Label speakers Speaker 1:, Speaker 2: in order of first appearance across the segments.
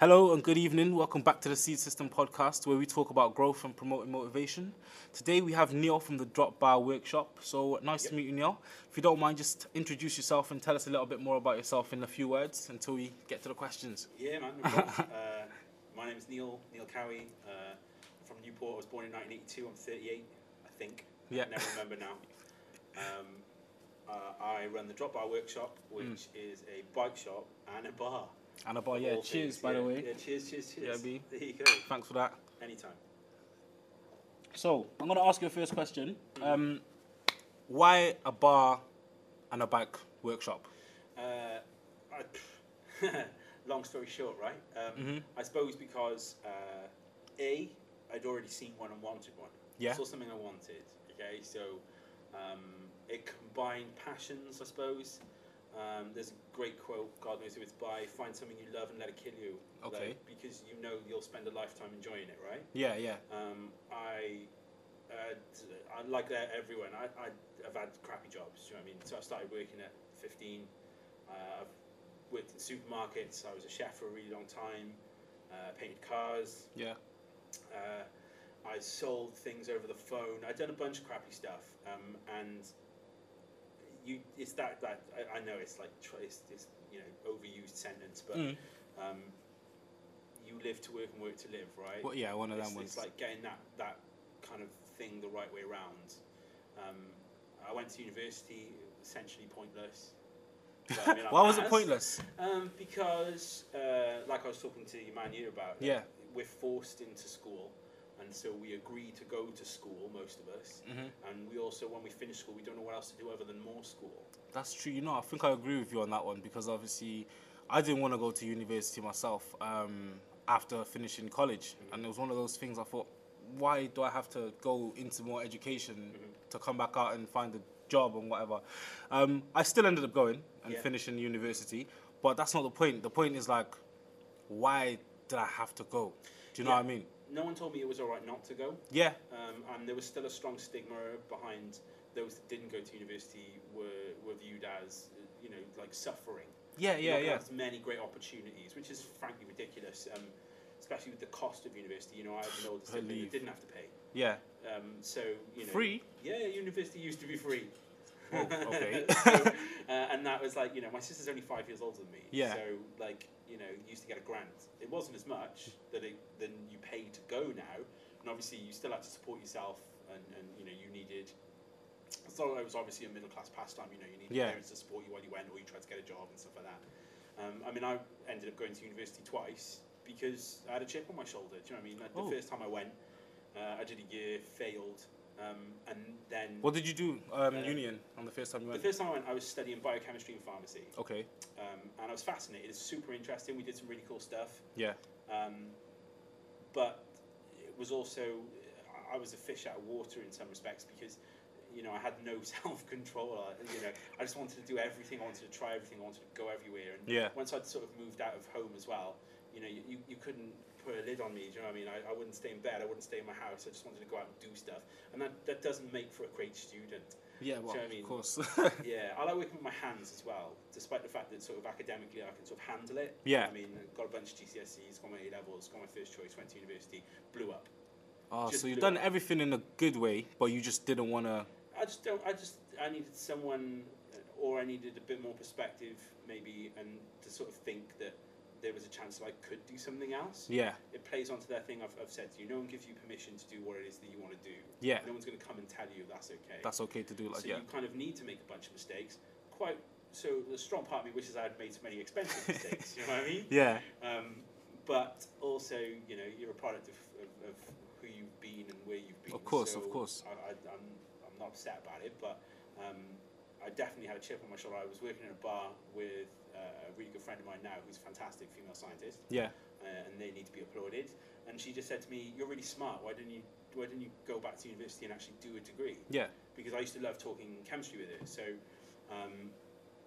Speaker 1: Hello and good evening. Welcome back to the Seed System podcast where we talk about growth and promoting motivation. Today we have Neil from the Drop Bar Workshop. So nice to meet you, Neil. If you don't mind, just introduce yourself and tell us a little bit more about yourself in a few words until we get to the questions.
Speaker 2: Yeah, man. No problem. uh, my name's Neil Neil Cowie. Uh, from Newport. I was born in 1982. I'm 38, I think.
Speaker 1: Yeah.
Speaker 2: I never remember now. Um, uh, I run the Drop Bar Workshop, which is a bike shop and a bar.
Speaker 1: And about,
Speaker 2: of
Speaker 1: Hmm. Oh, yeah,
Speaker 2: all
Speaker 1: cheers,
Speaker 2: things.
Speaker 1: by the
Speaker 2: Yeah,
Speaker 1: way.
Speaker 2: Yeah, cheers, cheers, cheers.
Speaker 1: Yeah, B.
Speaker 2: There you go.
Speaker 1: Thanks for that.
Speaker 2: Anytime.
Speaker 1: So I'm going to ask you a first question. Um, why a bar and a bike workshop?
Speaker 2: Uh, I, long story short, right? Um,
Speaker 1: Mm-hmm.
Speaker 2: I suppose because uh, a I'd already seen one and wanted one.
Speaker 1: Yeah.
Speaker 2: Saw something I wanted. Okay, so um, it combined passions, I suppose. Um, there's a great quote, God knows who it's by. Find something you love and let it kill you.
Speaker 1: Okay.
Speaker 2: Like, because you know you'll spend a lifetime enjoying it, right?
Speaker 1: Yeah, yeah.
Speaker 2: Um, I, uh, t- I like that everyone. I, I, I've had crappy jobs. Do you know what I mean? So I started working at 15. Uh, I've worked in supermarkets. I was a chef for a really long time. Uh, painted cars.
Speaker 1: Yeah.
Speaker 2: Uh, I sold things over the phone. I'd done a bunch of crappy stuff. Um, and you, it's that that I, I know it's like tr- it's, it's you know overused sentence, but
Speaker 1: Mm.
Speaker 2: um, you live to work and work to live, right?
Speaker 1: Well, yeah, one of them
Speaker 2: it's,
Speaker 1: ones.
Speaker 2: it's like getting that, that kind of thing the right way around. Um, I went to university, essentially pointless. But, I mean, I
Speaker 1: Why was it
Speaker 2: passed,
Speaker 1: pointless?
Speaker 2: Um, because, uh, like I was talking to your man here about,
Speaker 1: Yeah.
Speaker 2: we're forced into school, and so we agree to go to school, most of us.
Speaker 1: Mhm.
Speaker 2: And we also, when we finish school, we don't know what else to do other than more school.
Speaker 1: That's true. You know, I think I agree with you on that one because obviously, I didn't want to go to university myself um, after finishing college, and it was one of those things I thought, why do I have to go into more education to come back out and find a job and whatever? Um, I still ended up going and
Speaker 2: Yeah.
Speaker 1: finishing university, but that's not the point. The point is like, why did I have to go? Do you know
Speaker 2: Yeah.
Speaker 1: what I mean?
Speaker 2: No one told me it was all right not to go.
Speaker 1: Yeah,
Speaker 2: um, and there was still a strong stigma behind those that didn't go to university were, were viewed as you know like suffering.
Speaker 1: yeah,
Speaker 2: You're
Speaker 1: yeah,
Speaker 2: not gonna
Speaker 1: yeah.
Speaker 2: have As many great opportunities, which is frankly ridiculous, um, especially with the cost of university. You know, I had an older sibling who
Speaker 1: Believe.
Speaker 2: didn't have to pay.
Speaker 1: yeah.
Speaker 2: Um, so you know,
Speaker 1: Free?
Speaker 2: Yeah, university used to be free.
Speaker 1: Whoa, okay.
Speaker 2: So, uh, and that was like you know my sister's only five years older than me.
Speaker 1: Yeah.
Speaker 2: So like you know you used to get a grant. It wasn't as much that it than you paid to go now, and obviously you still had to support yourself, and, and you know you needed. So it was obviously a middle class pastime. You know you needed
Speaker 1: Yeah.
Speaker 2: parents to support you while you went, or you tried to get a job and stuff like that. Um, I mean I ended up going to university twice because I had a chip on my shoulder. Do you know what I mean? Like,
Speaker 1: Oh.
Speaker 2: The first time I went, uh, I did a year, failed, um, and then
Speaker 1: What did you do, um,
Speaker 2: Uh,
Speaker 1: Union, on the first time you
Speaker 2: the
Speaker 1: went?
Speaker 2: first time I went, I was studying biochemistry and pharmacy,
Speaker 1: okay.
Speaker 2: um, and I was fascinated. It's super interesting. We did some really cool stuff,
Speaker 1: Yeah.
Speaker 2: um, but it was also I- I was a fish out of water in some respects because you know I had no self control. You know, I just wanted to do everything. I wanted to try everything. I wanted to go everywhere. And
Speaker 1: Yeah.
Speaker 2: once I'd sort of moved out of home as well, you know, you, you, you couldn't put a lid on me. Do you know what I mean? I, I wouldn't stay in bed. I wouldn't stay in my house. I just wanted to go out and do stuff, and that, that doesn't make for a great student.
Speaker 1: Yeah,
Speaker 2: you
Speaker 1: well,
Speaker 2: know what I mean?
Speaker 1: of course.
Speaker 2: Yeah, I like working with my hands as well, despite the fact that sort of academically I can sort of handle it.
Speaker 1: Yeah.
Speaker 2: I mean, I've got a bunch of GCSEs, got my A levels, got my first choice, went to university, blew up.
Speaker 1: Oh,
Speaker 2: Just
Speaker 1: so you've
Speaker 2: blew
Speaker 1: done
Speaker 2: up.
Speaker 1: everything in a good way, but you just didn't want to.
Speaker 2: I just don't, I just, I needed someone, uh, or I needed a bit more perspective maybe, and to sort of think that there was a chance that I could do something else.
Speaker 1: Yeah,
Speaker 2: It plays onto that thing I've, I've said to you no one gives you permission to do what it is that you want to do.
Speaker 1: yeah.
Speaker 2: No one's going to come and tell you that's okay.
Speaker 1: That's okay to do like
Speaker 2: so
Speaker 1: yeah.
Speaker 2: you kind of need to make a bunch of mistakes. Quite so, the strong part of me wishes I had made so many expensive mistakes. you know what I mean?
Speaker 1: Yeah,
Speaker 2: Um, but also, you know, you're a product of, of, of who you've been and where you've been.
Speaker 1: Of course, of
Speaker 2: so
Speaker 1: course.
Speaker 2: I, I, I'm, I'm not upset about it, but um, I definitely had a chip on my shoulder. I was working in a bar with uh, a really good friend of mine now, who's a fantastic female scientist,
Speaker 1: yeah.
Speaker 2: uh, and they need to be applauded. And she just said to me, "You're really smart. Why didn't you? Why didn't you go back to university and actually do a degree?"
Speaker 1: Yeah.
Speaker 2: because I used to love talking chemistry with her. So um,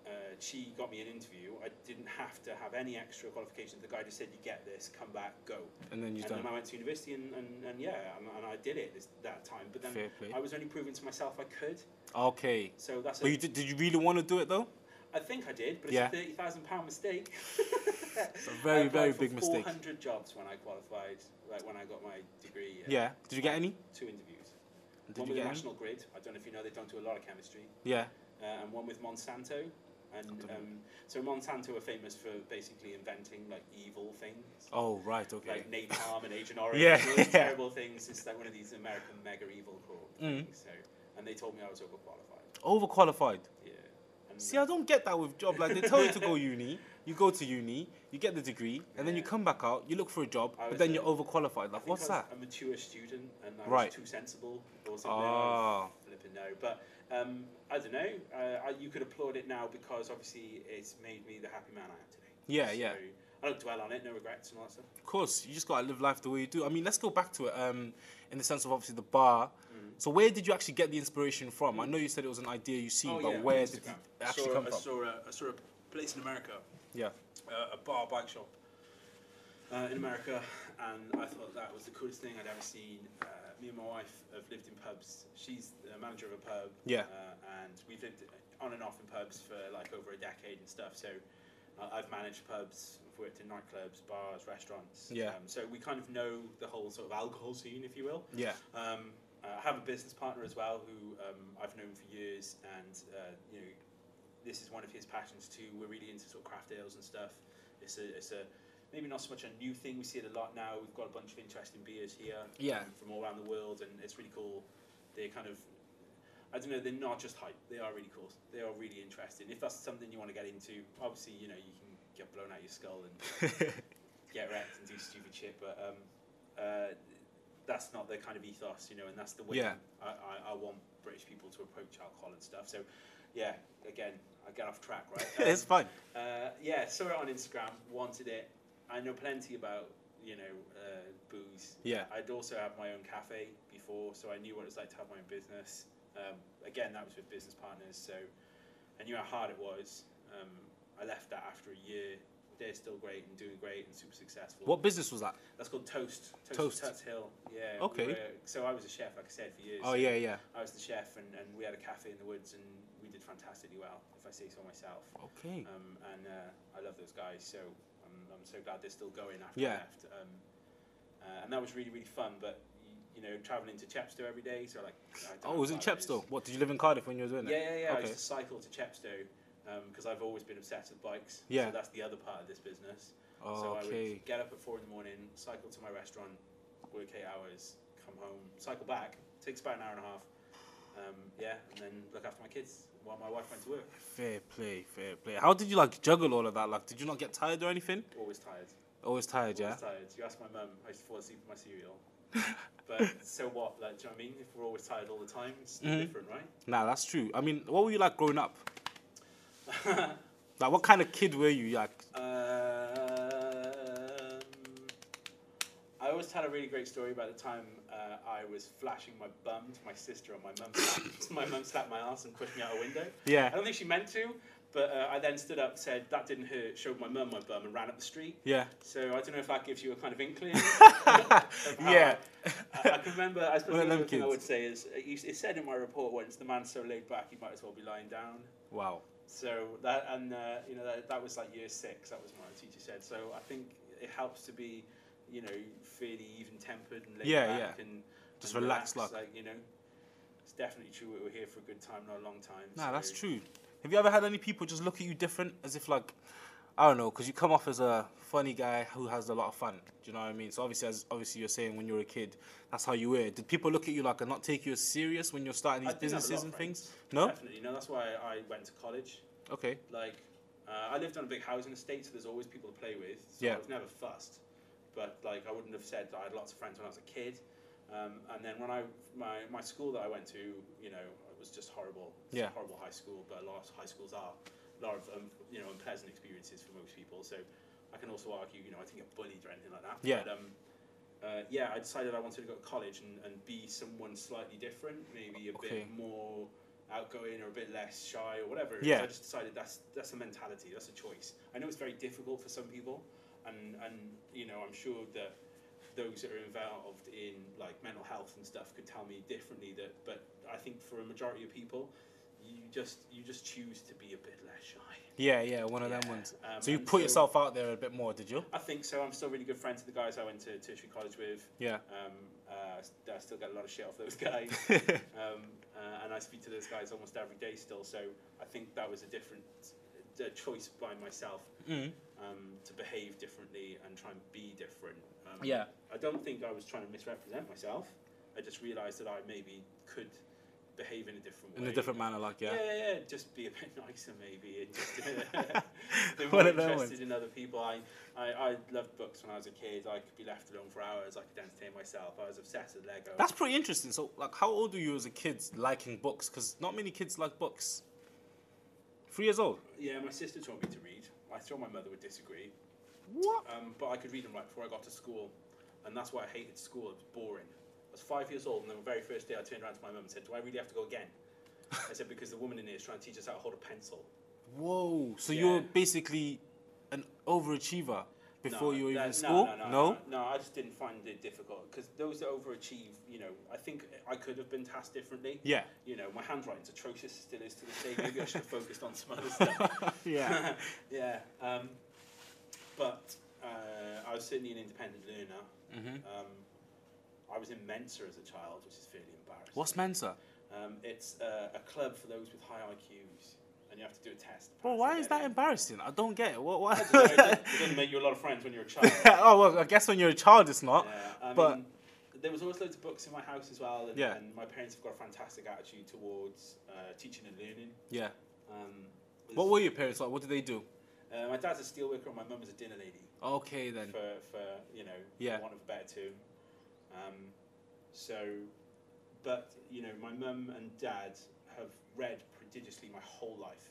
Speaker 2: uh, she got me an interview. I didn't have to have any extra qualifications. The guy just said, "You get this. Come back. Go."
Speaker 1: And then you've
Speaker 2: and
Speaker 1: done
Speaker 2: then I went to university, and, and, and yeah, and, and I did it this, that time. But then
Speaker 1: fair play.
Speaker 2: I was only proving to myself I could.
Speaker 1: Okay.
Speaker 2: So that's.
Speaker 1: But
Speaker 2: a-
Speaker 1: you did, did you really want to do it though?
Speaker 2: I think I did, but it's
Speaker 1: Yeah.
Speaker 2: a thirty thousand pound mistake.
Speaker 1: It's a very, very big mistake.
Speaker 2: 400 jobs when I qualified, like when I got my degree. uh,
Speaker 1: Yeah. Did you get any?
Speaker 2: Two interviews.
Speaker 1: Did
Speaker 2: one
Speaker 1: you
Speaker 2: with
Speaker 1: get any?
Speaker 2: National Grid. I don't know if you know, they don't do a lot of chemistry.
Speaker 1: Yeah.
Speaker 2: uh, and one with Monsanto. And
Speaker 1: don't know.
Speaker 2: um, so Monsanto are famous for basically inventing like evil things,
Speaker 1: Oh right. Okay.
Speaker 2: like napalm and Agent Orange,
Speaker 1: Yeah,
Speaker 2: all these
Speaker 1: yeah.
Speaker 2: terrible things. It's like one of these American mega evil corp
Speaker 1: Mm.
Speaker 2: things. So, and they told me I was overqualified.
Speaker 1: Overqualified.
Speaker 2: Yeah. And
Speaker 1: See, I don't get that with job. Like they tell you to go uni, you go to uni, you get the degree, and then you
Speaker 2: Yeah.
Speaker 1: come back out, you look for a job,
Speaker 2: I
Speaker 1: but
Speaker 2: was
Speaker 1: then
Speaker 2: a-
Speaker 1: you're overqualified.
Speaker 2: I
Speaker 1: Like
Speaker 2: think
Speaker 1: what's
Speaker 2: I was
Speaker 1: that?
Speaker 2: A mature student, and I was
Speaker 1: Right.
Speaker 2: too sensible or something.
Speaker 1: Ah.
Speaker 2: flipping no. But um, I don't know. Uh, I, you could applaud it now because obviously it's made me the happy man I am today.
Speaker 1: Yeah,
Speaker 2: So
Speaker 1: yeah.
Speaker 2: I don't dwell on it. No regrets and all that stuff.
Speaker 1: Of course, you just gotta live life the way you do. I mean, let's go back to it. Um, in the sense of obviously the bar.
Speaker 2: Mm.
Speaker 1: So where did you actually get the inspiration from? I know you said it was an idea you seen, but
Speaker 2: on
Speaker 1: where did it
Speaker 2: Instagram.
Speaker 1: actually
Speaker 2: saw,
Speaker 1: come
Speaker 2: Oh, I
Speaker 1: from?
Speaker 2: Saw a, I saw a place in America,
Speaker 1: Yeah.
Speaker 2: uh, a bar bike shop uh, in America, and I thought that was the coolest thing I'd ever seen. Uh, me and my wife have lived in pubs. She's the manager of a pub.
Speaker 1: Yeah.
Speaker 2: Uh, and we've lived on and off in pubs for like over a decade and stuff. So uh, I've managed pubs. I've worked in nightclubs, bars, restaurants.
Speaker 1: Yeah.
Speaker 2: Um, so we kind of know the whole sort of alcohol scene, if you will.
Speaker 1: Yeah.
Speaker 2: Um, I have a business partner as well who um, I've known for years, and uh, you know, this is one of his passions too. We're really into sort of craft ales and stuff. It's a, it's a maybe not so much a new thing. We see it a lot now. We've got a bunch of interesting beers here,
Speaker 1: Yeah.
Speaker 2: um, from all around the world, and it's really cool. They're kind of, I don't know, they're not just hype. They are really cool. They are really interesting. If that's something you want to get into, obviously you know you can get blown out your skull and get wrecked and do stupid shit, but um, uh, that's not the kind of ethos, you know, and that's the way
Speaker 1: Yeah.
Speaker 2: I, I, I want British people to approach alcohol and stuff. So, yeah, again, I get off track, right? Um,
Speaker 1: it's fine.
Speaker 2: uh, yeah, saw it on Instagram, wanted it. I know plenty about, you know, uh, booze.
Speaker 1: Yeah.
Speaker 2: I'd also had my own cafe before, so I knew what it was like to have my own business. Um, again, that was with business partners, so I knew how hard it was. Um, I left that after a year. They're still great and doing great and super successful.
Speaker 1: What business was that?
Speaker 2: That's called Toast. Toast,
Speaker 1: Toast.
Speaker 2: Tuts Hill. Yeah. we
Speaker 1: Okay.
Speaker 2: were- so I was a chef, like I said, for years.
Speaker 1: Oh yeah, yeah.
Speaker 2: I was the chef, and, and we had a cafe in the woods, and we did fantastically well, if I say so myself.
Speaker 1: Okay.
Speaker 2: Um, and uh, I love those guys, so I'm, I'm so glad they're still going after
Speaker 1: Yeah.
Speaker 2: I left. Um, uh, and that was really, really fun, but you, you know, traveling to Chepstow every day, so like. I don't
Speaker 1: Oh,
Speaker 2: know
Speaker 1: it was in
Speaker 2: how far that is.
Speaker 1: Chepstow. What did you live in Cardiff when you were doing it?
Speaker 2: Yeah, yeah, yeah. I
Speaker 1: Okay.
Speaker 2: used to cycle to Chepstow because I've always been obsessed with bikes.
Speaker 1: Yeah.
Speaker 2: So that's the other part of this business. So I
Speaker 1: Okay.
Speaker 2: would get up at four in the morning, cycle to my restaurant, work eight hours, come home, cycle back. Takes about an hour and a half. Um, yeah, and then look after my kids while my wife went to work.
Speaker 1: Fair play, fair play. How did you like juggle all of that? Like, did you not get tired or anything?
Speaker 2: Always tired.
Speaker 1: Always tired,
Speaker 2: Always
Speaker 1: yeah.
Speaker 2: tired. You ask my mum, I used to fall asleep with my cereal. but so what? Like, do you know what I mean? If we're always tired all the time, it's no
Speaker 1: Mhm.
Speaker 2: different, right?
Speaker 1: Nah, that's true. I mean, what were you like growing up? Like, what kind of kid were you? Like,
Speaker 2: Um, I always tell a really great story about the time uh, I was flashing my bum to my sister, and my mum slapped, my mum slapped my ass and pushed me out a window. I
Speaker 1: yeah,
Speaker 2: don't think she meant to, but uh, I then stood up, said that didn't hurt, showed my mum my bum, and ran up the street.
Speaker 1: yeah,
Speaker 2: So I don't know if that gives you a kind of inkling.
Speaker 1: yeah.
Speaker 2: I, I can remember. I suppose
Speaker 1: One
Speaker 2: the
Speaker 1: of
Speaker 2: other
Speaker 1: them
Speaker 2: thing I
Speaker 1: kids.
Speaker 2: would say is uh, you- it said in my report once, "The man's so laid back, he might as well be lying down."
Speaker 1: Wow.
Speaker 2: So that and uh, you know that, that was like year six. That was what my teacher said. So I think it helps to be, you know, fairly even tempered and laid
Speaker 1: Yeah,
Speaker 2: back and
Speaker 1: Just
Speaker 2: and
Speaker 1: relax, like-
Speaker 2: like you know. It's definitely true. We were here for a good time, not a long time.
Speaker 1: Nah,
Speaker 2: so-
Speaker 1: that's true. Have you ever had any people just look at you different, as if like, I don't know, because you come off as a funny guy who has a lot of fun. Do you know what I mean? So obviously, as obviously you're saying, when you were a kid, that's how you were. Did people look at you like and not take you as serious when you're starting
Speaker 2: I
Speaker 1: these
Speaker 2: did have a lot
Speaker 1: businesses
Speaker 2: of
Speaker 1: and
Speaker 2: friends.
Speaker 1: things? No.
Speaker 2: Definitely. No, that's why I went to college.
Speaker 1: Okay.
Speaker 2: Like, uh, I lived on a big housing estate, so there's always people to play with. So
Speaker 1: Yeah.
Speaker 2: I was never fussed. But, like, I wouldn't have said that I had lots of friends when I was a kid. Um, and then when I, my, my school that I went to, you know, it was just horrible. It's a
Speaker 1: Yeah.
Speaker 2: horrible high school, but a lot of high schools are. A lot of, um, you know, unpleasant experiences for most people. So I can also argue, you know, I didn't get bullied or anything like that.
Speaker 1: Yeah.
Speaker 2: But, um, uh, yeah, I decided I wanted to go to college and, and be someone slightly different, maybe a
Speaker 1: Okay.
Speaker 2: bit more outgoing or a bit less shy or whatever. it is.
Speaker 1: Yeah.
Speaker 2: I just decided that's that's a mentality, that's a choice. I know it's very difficult for some people, and and you know I'm sure that those that are involved in like mental health and stuff could tell me differently that, but I think for a majority of people, you just you just choose to be a bit less shy.
Speaker 1: Yeah, yeah, one of them
Speaker 2: Yeah,
Speaker 1: ones.
Speaker 2: um,
Speaker 1: so you
Speaker 2: and
Speaker 1: put
Speaker 2: so-
Speaker 1: yourself out there a bit more, did you?
Speaker 2: I think so. I'm still really good friends with the guys I went to tertiary college with.
Speaker 1: Yeah.
Speaker 2: Um, uh, I st- I still get a lot of shit off those guys, um, uh, and I speak to those guys almost every day still. So I think that was a different a choice by myself
Speaker 1: Mm.
Speaker 2: um, to behave differently and try and be different. Um,
Speaker 1: Yeah.
Speaker 2: I don't think I was trying to misrepresent myself. I just realised that I maybe could behave in a different way.
Speaker 1: In a different manner, like yeah.
Speaker 2: Yeah, yeah, yeah, just be a bit nicer maybe. And just, they
Speaker 1: One
Speaker 2: were
Speaker 1: of them
Speaker 2: interested in other people. I, I, I loved books when I was a kid. I could be left alone for hours. I could entertain myself. I was obsessed with Lego.
Speaker 1: That's pretty interesting. So, like, how old were you as a kid liking books? Because not many kids like books. Three years old.
Speaker 2: yeah, my sister taught me to read. I thought my mother would disagree.
Speaker 1: What?
Speaker 2: Um, but I could read them right before I got to school. And that's why I hated school. It was boring. I was five years old, and then the very first day I turned around to my mum and said, Do I really have to go again? I said, Because the woman in here is trying to teach us how to hold a pencil.
Speaker 1: Whoa. So
Speaker 2: Yeah.
Speaker 1: you're basically an overachiever before you were even in school.
Speaker 2: No, no, no, no, I just didn't find it difficult because those that overachieve, you know, I think I could have been tasked differently.
Speaker 1: Yeah.
Speaker 2: You know, my handwriting's atrocious, still is to this day. Maybe I should have focused on some other stuff.
Speaker 1: yeah.
Speaker 2: yeah. Um, but uh, I was certainly an independent learner.
Speaker 1: Mhm.
Speaker 2: Um, I was in Mensa as a child, which is fairly embarrassing.
Speaker 1: What's Mensa?
Speaker 2: Um, it's uh, a club for those with high IQs, and you have to do a test.
Speaker 1: Well,
Speaker 2: pass
Speaker 1: why
Speaker 2: to
Speaker 1: is
Speaker 2: get
Speaker 1: that
Speaker 2: in.
Speaker 1: embarrassing? I don't get it. What? what?
Speaker 2: I don't know, it doesn't- it doesn't make you a lot of friends when you're a child.
Speaker 1: oh well, I guess when you're a child, it's not.
Speaker 2: Yeah, I
Speaker 1: Oh, but-
Speaker 2: mean, there was always loads of books in my house as well, and,
Speaker 1: Yeah.
Speaker 2: and my parents have got a fantastic attitude towards uh, teaching and learning.
Speaker 1: Yeah.
Speaker 2: Um,
Speaker 1: What were your parents like? What did they do?
Speaker 2: uh, my dad's a steelworker and my mum is a dinner lady.
Speaker 1: Okay then.
Speaker 2: For, for you know,
Speaker 1: Yeah.
Speaker 2: for want of a better term. Um, so, but you know, my mum and dad have read prodigiously my whole life.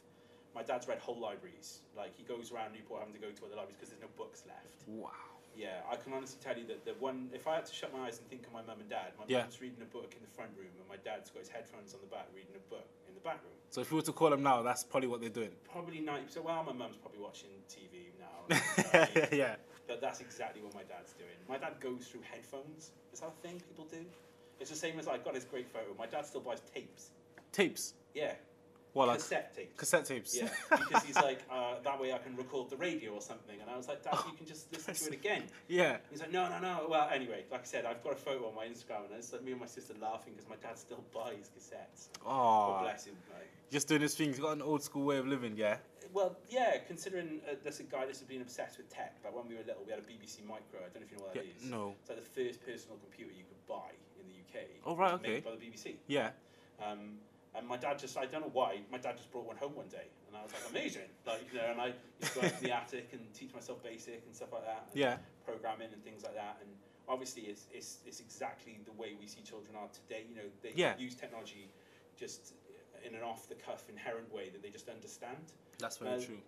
Speaker 2: My dad's read whole libraries. Like he goes around Newport having to go to other libraries because there's no books left.
Speaker 1: Wow.
Speaker 2: Yeah, I can honestly tell you that the one, if I had to shut my eyes and think of my mum and dad, my
Speaker 1: Yeah.
Speaker 2: mum's reading a book in the front room and my dad's got his headphones on the back reading a book in the back room.
Speaker 1: So if you were to call them now, that's probably what they're doing.
Speaker 2: Probably 90%, well, my mum's probably watching TV now,
Speaker 1: yeah.
Speaker 2: but that's exactly what my dad's doing. My dad goes through headphones. Is that a thing people do? It's the same as I got this great photo. My dad still buys tapes.
Speaker 1: Tapes.
Speaker 2: Yeah,
Speaker 1: Well, like
Speaker 2: cassette tapes.
Speaker 1: cassette tapes.
Speaker 2: Yeah, because he's like, uh, that way I can record the radio or something. And I was like, Dad, you can just listen to it again.
Speaker 1: yeah.
Speaker 2: He's like, no, no, no. Well, anyway, like I said, I've got a photo on my Instagram, and it's like me and my sister laughing because my dad still buys cassettes. God
Speaker 1: Oh,
Speaker 2: bless him. Like.
Speaker 1: just doing his thing. He's got an old school way of living. Yeah.
Speaker 2: Well, yeah, considering uh, that's a guy that's been obsessed with tech. Like when we were little, we had a BBC Micro. I don't know if you know what
Speaker 1: yeah
Speaker 2: that is.
Speaker 1: no.
Speaker 2: It's like the first personal computer you could buy in the UK.
Speaker 1: Oh, right,
Speaker 2: It was Made
Speaker 1: okay.
Speaker 2: by the BBC.
Speaker 1: Yeah.
Speaker 2: Um, and my dad just, I don't know why, my dad just brought one home one day. And I was like, amazing. Like, you know, and I used to go up to the attic and teach myself basic and stuff like that. And
Speaker 1: Yeah.
Speaker 2: programming and things like that. And obviously, it's, it's, it's exactly the way we see children are today. You know, they
Speaker 1: Yeah.
Speaker 2: use technology just in an off the cuff, inherent way that they just understand.
Speaker 1: That's
Speaker 2: very Uh, true.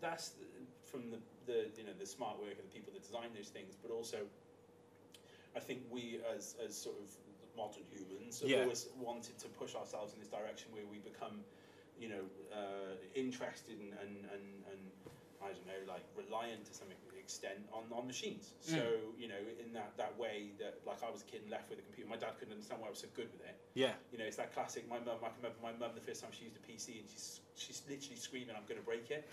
Speaker 2: That's the, from the, the you know the smart work of the people that design those things, but also, I think we as as sort of modern humans have
Speaker 1: Yeah.
Speaker 2: always wanted to push ourselves in this direction where we become, you know, uh, interested and and, and and I don't know, like reliant to some extent on, on machines. So you know, in that, that way that like I was a kid and left with a computer, my dad couldn't understand why I was so good with it
Speaker 1: Yeah.
Speaker 2: you know, it's that classic. My mum, I can remember my mum the first time she used a PC and she's she's literally screaming, "I'm going to break it!"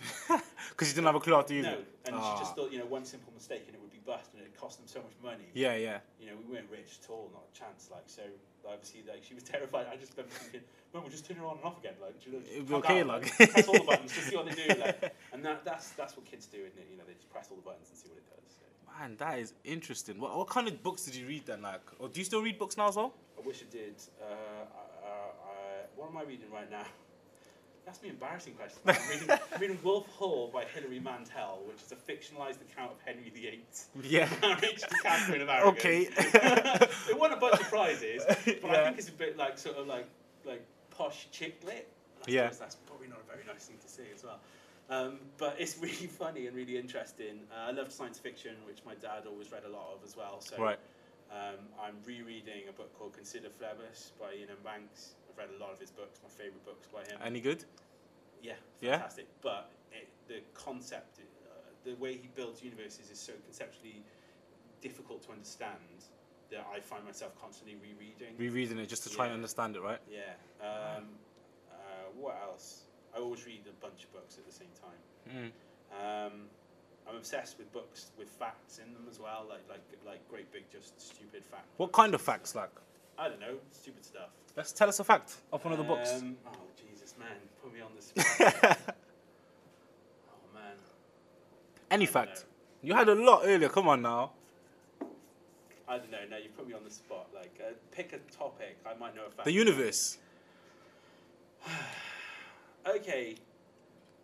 Speaker 1: Because you didn't have a clue how to use
Speaker 2: No,
Speaker 1: it.
Speaker 2: and
Speaker 1: Ah.
Speaker 2: she just thought, you know, one simple mistake and it would be bust, and it cost them so much money.
Speaker 1: Yeah. Yeah.
Speaker 2: You know, we weren't rich at all, not a chance. Like so, obviously, like she was terrified. I just remember thinking, "Mum, we'll just turn her on and off again." Like, do you know, just
Speaker 1: It'll be
Speaker 2: tap
Speaker 1: okay,
Speaker 2: out,
Speaker 1: like."
Speaker 2: press all the buttons, just see what they do. Like, and that that's that's what kids do, isn't it? You know, they just press all the buttons and see what it does. So.
Speaker 1: Man, that is interesting. What, what kind of books did you read then? Like, or do you still read books now as well?
Speaker 2: I wish I did. Uh, uh, uh, what am I reading right now? That's me embarrassing question. I'm reading, I'm reading Wolf Hall by Hilary Mantel, which is a fictionalized account of Henry VIII.
Speaker 1: Yeah.
Speaker 2: Marriage to Catherine of Aragon.
Speaker 1: Okay.
Speaker 2: it won a bunch of prizes, but I
Speaker 1: Yeah.
Speaker 2: think it's a bit like sort of like like posh chick lit. I
Speaker 1: Yeah.
Speaker 2: suppose That's probably not a very nice thing to say as well. Um, but it's really funny and really interesting. Uh, I loved science fiction, which my dad always read a lot of as well. So
Speaker 1: Right.
Speaker 2: um, I'm rereading a book called Consider Phlebas by Ian M. Banks. I've read a lot of his books, my favourite books by him.
Speaker 1: Any good?
Speaker 2: yeah,
Speaker 1: Yeah?
Speaker 2: fantastic. But it, the concept, uh, the way he builds universes is so conceptually difficult to understand that I find myself constantly rereading.
Speaker 1: Rereading it just to try and
Speaker 2: Yeah.
Speaker 1: understand it, right?
Speaker 2: yeah. Um, uh, what bunch of books at the same time.
Speaker 1: Mm.
Speaker 2: Um, I'm obsessed with books with facts in them as well, like like like great big just stupid fact.
Speaker 1: What kind of facts, like?
Speaker 2: I don't know, stupid stuff.
Speaker 1: Let's tell us a fact of one of the books.
Speaker 2: Um, oh Jesus, man, put me on the spot. oh man.
Speaker 1: Any
Speaker 2: I don't
Speaker 1: fact. You had a lot earlier. Come on now.
Speaker 2: I don't know. No, you put me on the spot. Like, uh, pick a topic. I might know a fact.
Speaker 1: The universe.
Speaker 2: okay,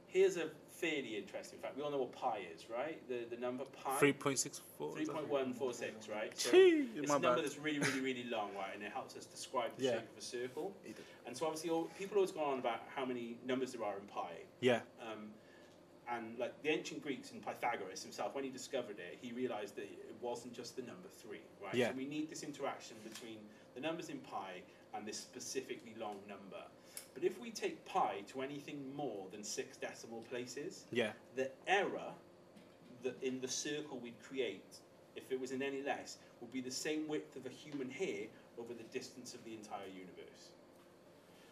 Speaker 2: here's a fairly interesting fact. We all know what pi is, right? The the number pi.
Speaker 1: Three point six four.
Speaker 2: 3.146, right? So
Speaker 1: Gee,
Speaker 2: it's
Speaker 1: my
Speaker 2: a number
Speaker 1: bad.
Speaker 2: that's really, really, really long, right? And it helps us describe the
Speaker 1: Yeah.
Speaker 2: shape of a circle. And so obviously, all, people always go on about how many numbers there are in pi.
Speaker 1: Yeah.
Speaker 2: Um, and like the ancient Greeks and Pythagoras himself, when he discovered it, he realized that it wasn't just the number three, right?
Speaker 1: Yeah.
Speaker 2: So we need this interaction between the numbers in pi and this specifically long number. But if we take pi to anything more than six decimal places,
Speaker 1: Yeah.
Speaker 2: the error that in the circle we'd create, if it was in any less, would be the same width of a human hair over the distance of the entire universe.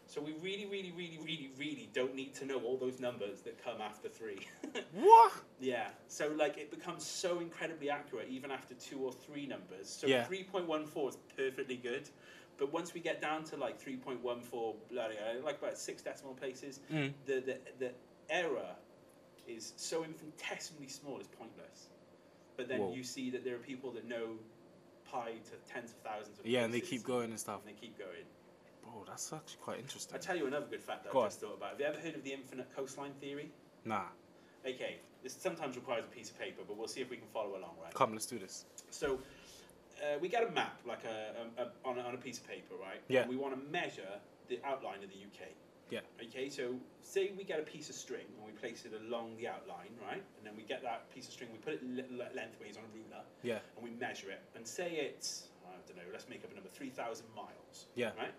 Speaker 2: So we really, really, really, really, really don't need to know all those numbers that come after three.
Speaker 1: What?
Speaker 2: yeah. So like it becomes so incredibly accurate even after two or three numbers. So
Speaker 1: Yeah.
Speaker 2: three point one four is perfectly good. But once we get down to like three point one four bloody uh, like about six decimal places,
Speaker 1: Mm.
Speaker 2: the, the, the error is so infinitesimally small it's pointless. But then
Speaker 1: Whoa.
Speaker 2: you see that there are people that know pi to tens of thousands of
Speaker 1: Yeah, and they
Speaker 2: places,
Speaker 1: keep going and stuff.
Speaker 2: And they keep going.
Speaker 1: Bro, that's actually quite
Speaker 2: I'll
Speaker 1: interesting.
Speaker 2: tell you another good fact that
Speaker 1: Go
Speaker 2: I
Speaker 1: on.
Speaker 2: just thought about. Have you ever heard of the infinite coastline theory?
Speaker 1: Nah.
Speaker 2: Okay, this sometimes requires a piece of paper, but we'll see if we can follow along, right?
Speaker 1: Come, let's do this.
Speaker 2: So uh, we get a map, like a, a, a, on, a on a piece of paper, right?
Speaker 1: Yeah.
Speaker 2: And we want to measure the outline of the UK.
Speaker 1: Yeah.
Speaker 2: Okay, so say we get a piece of string and we place it along the outline, right? And then we get that piece of string, we put it le- le- lengthways on a ruler,
Speaker 1: Yeah.
Speaker 2: and we measure it. And say it's, I don't know, let's make up a number, 3,000 miles.
Speaker 1: Yeah.
Speaker 2: Right?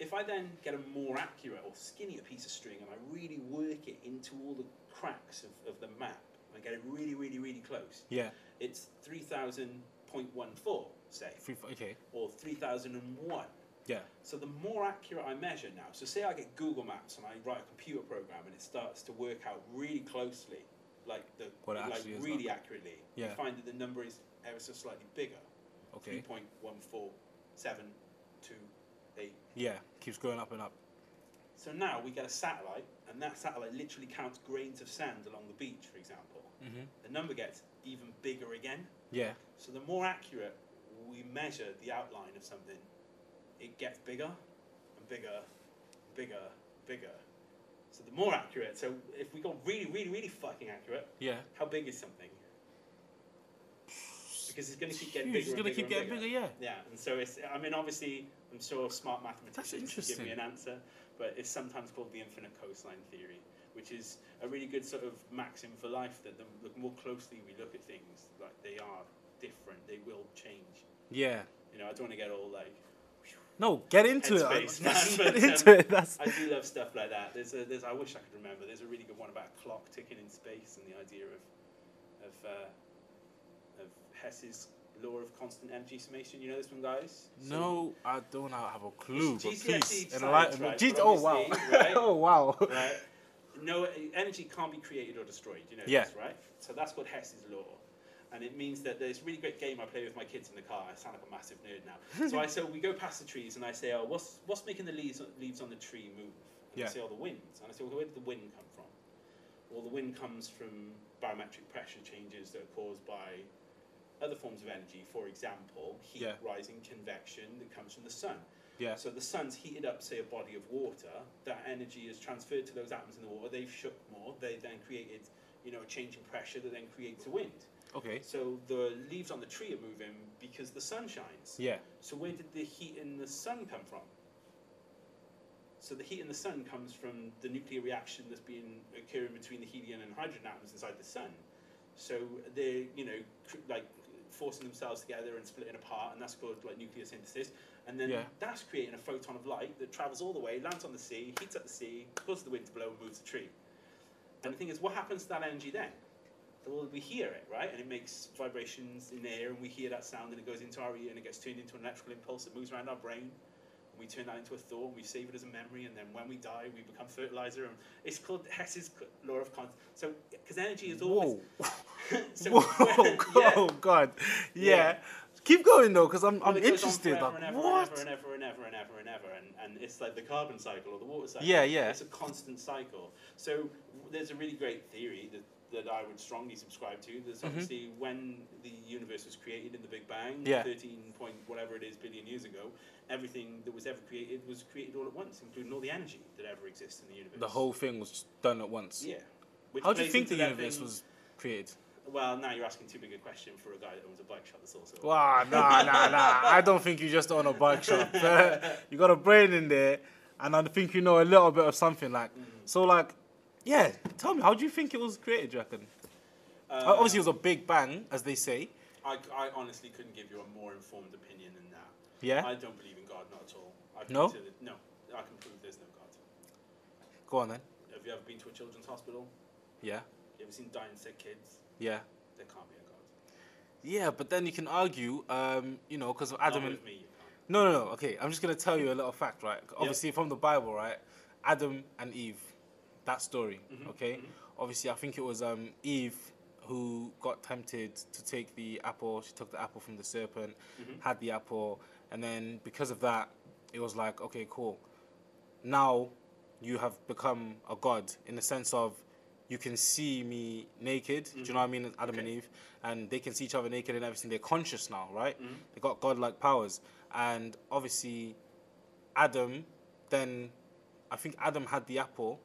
Speaker 2: If I then get a more accurate or skinnier piece of string and I really work it into all the cracks of, of the map, and I get it really, really, really close,
Speaker 1: Yeah.
Speaker 2: it's 3,000.14, say,
Speaker 1: Three, f- okay.
Speaker 2: or 3,001.
Speaker 1: Yeah.
Speaker 2: So the more accurate I measure now, so say I get Google Maps and I write a computer program and it starts to work out really closely, like the
Speaker 1: What it
Speaker 2: like
Speaker 1: actually is
Speaker 2: really accurately, you
Speaker 1: Yeah.
Speaker 2: find that the number is ever so slightly bigger,
Speaker 1: Okay.
Speaker 2: 3.14728.
Speaker 1: Yeah. Keeps going up and up.
Speaker 2: So now we get a satellite, and that satellite literally counts grains of sand along the beach, for example.
Speaker 1: Mhm.
Speaker 2: The number gets even bigger again.
Speaker 1: Yeah.
Speaker 2: So the more accurate we measure the outline of something, it gets bigger and bigger, bigger, bigger. So the more accurate. So if we got really, really, really fucking accurate,
Speaker 1: Yeah.
Speaker 2: how big is something? Because it's going to keep getting
Speaker 1: Huge.
Speaker 2: bigger.
Speaker 1: It's gonna
Speaker 2: and
Speaker 1: keep
Speaker 2: bigger and
Speaker 1: getting bigger. Yeah.
Speaker 2: Yeah, and so it's. I mean, obviously, I'm sure smart mathematicians can give
Speaker 1: interesting.
Speaker 2: me an answer, but it's sometimes called the infinite coastline theory, which is a really good sort of maxim for life. That the, the more closely we look at things, like they are different, they will change.
Speaker 1: Yeah.
Speaker 2: You know, I don't want to get all like.
Speaker 1: No, get into it.
Speaker 2: Headspace,
Speaker 1: I- get
Speaker 2: man, but,
Speaker 1: into
Speaker 2: um,
Speaker 1: it. That's
Speaker 2: I do love stuff like that. There's a, there's. I wish I could remember. There's a really good one about a clock ticking in space and the idea of, of, uh, of Hess's law of constant energy summation. You know this one, guys? So-
Speaker 1: no, I don't have a clue. But
Speaker 2: GCSE
Speaker 1: please,
Speaker 2: science,
Speaker 1: enlighten me.
Speaker 2: right,
Speaker 1: Jeez-
Speaker 2: but
Speaker 1: oh wow.
Speaker 2: obviously, right?
Speaker 1: oh wow.
Speaker 2: right? No energy can't be created or destroyed. You know
Speaker 1: Yeah.
Speaker 2: this, right? So that's called Hess's law, and it means that there's a really great game I play with my kids in the car. I sound like a massive nerd now. so I so we go past the trees, and I say, "Oh, what's what's making the leaves leaves on the tree move?" And
Speaker 1: Yeah.
Speaker 2: they say, "Oh, the wind." And I say, "Well, where did the wind come from?" Well, the wind comes from barometric pressure changes that are caused by other forms of energy. For example, heat
Speaker 1: Yeah.
Speaker 2: rising, convection that comes from the sun.
Speaker 1: Yeah.
Speaker 2: So the sun's heated up, say, a body of water. That energy is transferred to those atoms in the water. They've shook more. They then created, you know, a change in pressure that then creates a wind.
Speaker 1: Okay.
Speaker 2: So the leaves on the tree are moving because the sun shines.
Speaker 1: Yeah.
Speaker 2: So where did the heat in the sun come from? So the heat in the sun comes from the nuclear reaction that's been occurring between the helium and hydrogen atoms inside the sun. So they're you know cr- like forcing themselves together and splitting apart, and that's called like nuclear synthesis. And then
Speaker 1: Yeah.
Speaker 2: that's creating a photon of light that travels all the way, lands on the sea, heats up the sea, causes the wind to blow, and moves the tree. And the thing is, what happens to that energy then? Well, we hear it, right? And it makes vibrations in the air, and we hear that sound, and it goes into our ear, and it gets turned into an electrical impulse that moves around our brain. And we turn that into a thought and we save it as a memory and then when we die we become fertilizer and it's called Hess's c- law of constant so because energy is always
Speaker 1: Whoa.
Speaker 2: so
Speaker 1: Whoa,
Speaker 2: yeah.
Speaker 1: oh God. Yeah.
Speaker 2: Yeah.
Speaker 1: Keep going though, because I'm,
Speaker 2: Well,
Speaker 1: I'm
Speaker 2: it goes on
Speaker 1: interested.
Speaker 2: forever
Speaker 1: Like,
Speaker 2: and ever
Speaker 1: what?
Speaker 2: And ever and ever and ever and ever and ever and, and it's like the carbon cycle or the water cycle.
Speaker 1: Yeah, yeah.
Speaker 2: It's a constant cycle. So w- there's a really great theory that, that I would strongly subscribe to.
Speaker 1: Mm-hmm.
Speaker 2: That's obviously when the universe was created in the Big Bang,
Speaker 1: Yeah.
Speaker 2: thirteen point whatever it is billion years ago, everything that was ever created was created all at once, including all the energy that ever exists in the universe.
Speaker 1: The whole thing was done at once.
Speaker 2: yeah. Which
Speaker 1: How do you
Speaker 2: plays
Speaker 1: think the
Speaker 2: into that
Speaker 1: universe
Speaker 2: thing-
Speaker 1: was created?
Speaker 2: Well, now you're asking too big a question for a guy that owns a bike shop. That's also
Speaker 1: Wow, nah, nah, nah. I don't think you just own a bike shop. you got a brain in there, and I think you know a little bit of something. Like, so, like, yeah. Tell me, how do you think it was created? do You reckon?
Speaker 2: Uh,
Speaker 1: Obviously, it was a big bang, as they say.
Speaker 2: I, I honestly couldn't give you a more informed opinion than that.
Speaker 1: Yeah.
Speaker 2: I don't believe in God, not at all. I
Speaker 1: No?
Speaker 2: consider- No, I can prove there's no God.
Speaker 1: Go on then.
Speaker 2: Have you ever been to a children's hospital?
Speaker 1: Yeah,
Speaker 2: You ever seen dying sick kids?
Speaker 1: yeah,
Speaker 2: There can't be a God.
Speaker 1: yeah. But then you can argue, um, you know, because Adam
Speaker 2: not
Speaker 1: and
Speaker 2: with me, you can't.
Speaker 1: No, no, no. Okay, I'm just gonna tell you a little fact, right? Obviously, from the Bible, right? Adam and Eve, that story. Okay. Obviously, I think it was um, Eve who got tempted to take the apple. She took the apple from the serpent, had the apple, and then because of that, it was like, okay, cool. Now you have become a god in the sense of you can see me naked. Do you know what I mean? Adam and
Speaker 2: Okay.
Speaker 1: Eve, and they can see each other naked and everything. They're conscious now, right? They got godlike powers, and obviously, Adam. Then, I think Adam had the apple,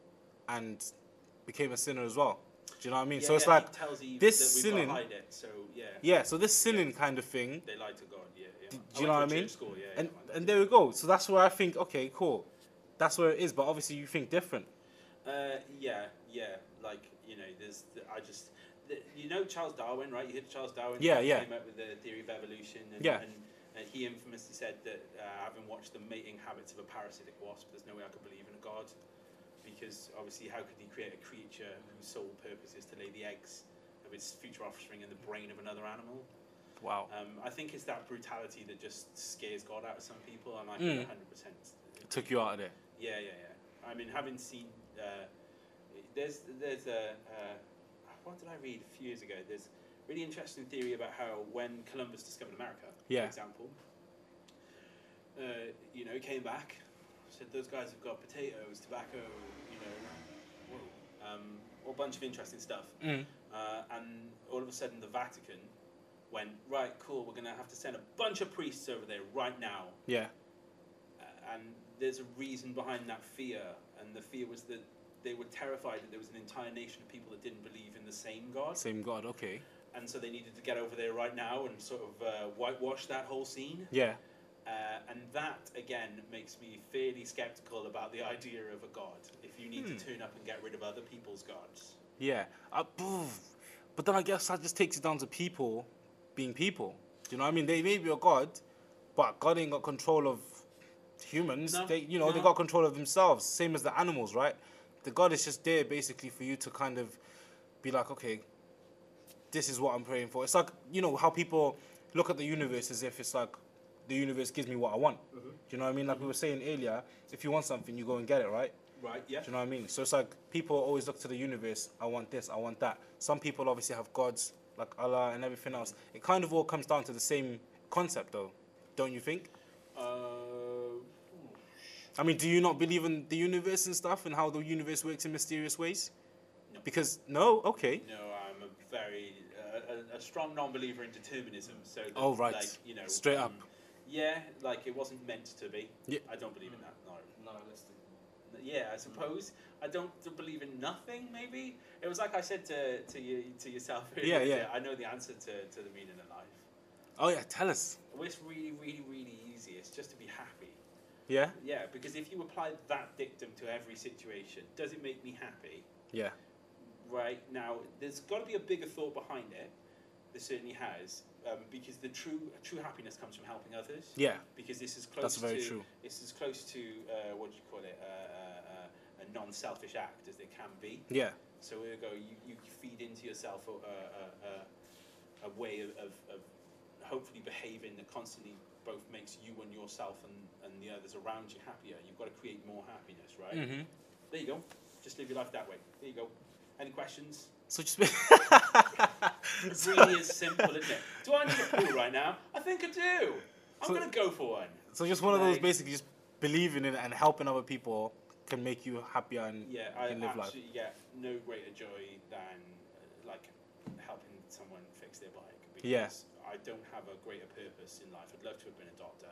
Speaker 1: and became a sinner as well. Do you know what I mean?
Speaker 2: Yeah,
Speaker 1: so it's
Speaker 2: yeah,
Speaker 1: like,
Speaker 2: he tells Eve
Speaker 1: this
Speaker 2: that we've
Speaker 1: sinning-
Speaker 2: got to hide it. So yeah,
Speaker 1: yeah. So this sinning kind of thing.
Speaker 2: they lied to God. Yeah, yeah.
Speaker 1: Do
Speaker 2: I
Speaker 1: you
Speaker 2: went
Speaker 1: know
Speaker 2: to
Speaker 1: what
Speaker 2: a
Speaker 1: I mean?
Speaker 2: church School, yeah,
Speaker 1: and
Speaker 2: yeah, I
Speaker 1: and
Speaker 2: did.
Speaker 1: there we go. So that's where I think, okay, cool. That's where it is. But obviously, you think different.
Speaker 2: Uh, yeah, yeah. Like you know, there's th- I just th- you know Charles Darwin, right? You heard Charles Darwin.
Speaker 1: Yeah,
Speaker 2: he
Speaker 1: yeah.
Speaker 2: Came up with the theory of evolution, and,
Speaker 1: Yeah.
Speaker 2: and, and he infamously said that uh, having watched the mating habits of a parasitic wasp, there's no way I could believe in a god, because obviously, how could he create a creature whose sole purpose is to lay the eggs of its future offspring in the brain of another animal?
Speaker 1: Wow.
Speaker 2: Um, I think it's that brutality that just scares God out of some people, and I
Speaker 1: Mm.
Speaker 2: can 100%
Speaker 1: It took you out of there.
Speaker 2: yeah, yeah, yeah. I mean, having seen, uh, there's there's a uh, what did I read a few years ago? There's a really interesting theory about how when Columbus discovered America,
Speaker 1: Yeah.
Speaker 2: for example, uh, you know, came back, said those guys have got potatoes, tobacco, you know, whoa, um, a bunch of interesting stuff,
Speaker 1: Mm.
Speaker 2: uh, and all of a sudden the Vatican went right, cool, we're gonna have to send a bunch of priests over there right now
Speaker 1: Yeah.
Speaker 2: uh, and there's a reason behind that fear, and the fear was that they were terrified that there was an entire nation of people that didn't believe in the same God,
Speaker 1: Same God. Okay.
Speaker 2: and so they needed to get over there right now and sort of uh, whitewash that whole scene.
Speaker 1: Yeah.
Speaker 2: Uh, and that again makes me fairly skeptical about the idea of a God. If you need to
Speaker 1: Hmm.
Speaker 2: turn up and get rid of other people's gods,
Speaker 1: Yeah. Uh, poof. but then I guess that just takes it down to people being people. Do you know what I mean? They may be a god, but God ain't got control of humans.
Speaker 2: No,
Speaker 1: they, you know, they
Speaker 2: no.
Speaker 1: got control of themselves. Same as the animals, right? The god is just there basically for you to kind of be like, okay, this is what I'm praying for. It's like you know how people look at the universe as if it's like the universe gives me what I want.
Speaker 2: Mm-hmm.
Speaker 1: Do you know what I mean? Like we were saying earlier, if you want something, you go and get it, right?
Speaker 2: right? Yeah.
Speaker 1: Do you know what I mean? So it's like people always look to the universe. I want this. I want that. Some people obviously have gods like Allah and everything else. It kind of all comes down to the same concept, though, don't you think?
Speaker 2: Uh,
Speaker 1: I mean, do you not believe in the universe and stuff and how the universe works in mysterious ways?
Speaker 2: No.
Speaker 1: Because no, okay,
Speaker 2: no, I'm a very uh, a, a strong non-believer in determinism. So that,
Speaker 1: Oh, right.
Speaker 2: like you know, um,
Speaker 1: Straight up.
Speaker 2: Yeah, like it wasn't meant to be.
Speaker 1: Yeah.
Speaker 2: I don't believe in that. No.
Speaker 3: nihilistic.
Speaker 2: Yeah, I suppose I don't d- believe in nothing. Maybe it was like I said to to you to yourself. earlier,
Speaker 1: Yeah, yeah.
Speaker 2: that I know the answer to, to the meaning of life.
Speaker 1: oh yeah, tell us,
Speaker 2: Well, it's really, really, really easy. It's just to be happy.
Speaker 1: yeah,
Speaker 2: Yeah, because if you apply that dictum to every situation, does it make me happy?
Speaker 1: yeah,
Speaker 2: right now there's got to be a bigger thought behind it there certainly has um, because the true true happiness comes from helping others
Speaker 1: yeah,
Speaker 2: because this is close
Speaker 1: that's very
Speaker 2: to
Speaker 1: true.
Speaker 2: this is close to uh, what do you call it uh, uh, uh, a non-selfish act as it can be
Speaker 1: Yeah,
Speaker 2: so ergo you, you feed into yourself a, a, a, a- a way of, of, of hopefully behaving that constantly both makes you and yourself and, and the others around you happier. You've got to create more happiness, right?
Speaker 1: Mm-hmm.
Speaker 2: There you go. Just live your life that way. There you go. Any questions?
Speaker 1: So just. be-
Speaker 2: It
Speaker 1: So-
Speaker 2: really is simple, isn't it? Do I need a pool right now? I think I do. I'm
Speaker 1: So-
Speaker 2: gonna go for one.
Speaker 1: So just one of those
Speaker 2: Like-
Speaker 1: basically just believing in it and helping other people can make you happier and
Speaker 2: Yeah, I
Speaker 1: can live life.
Speaker 2: absolutely get no greater joy than uh, like helping someone fix their bike because
Speaker 1: Yeah.
Speaker 2: I don't have a greater purpose in life. I'd love to have been a doctor.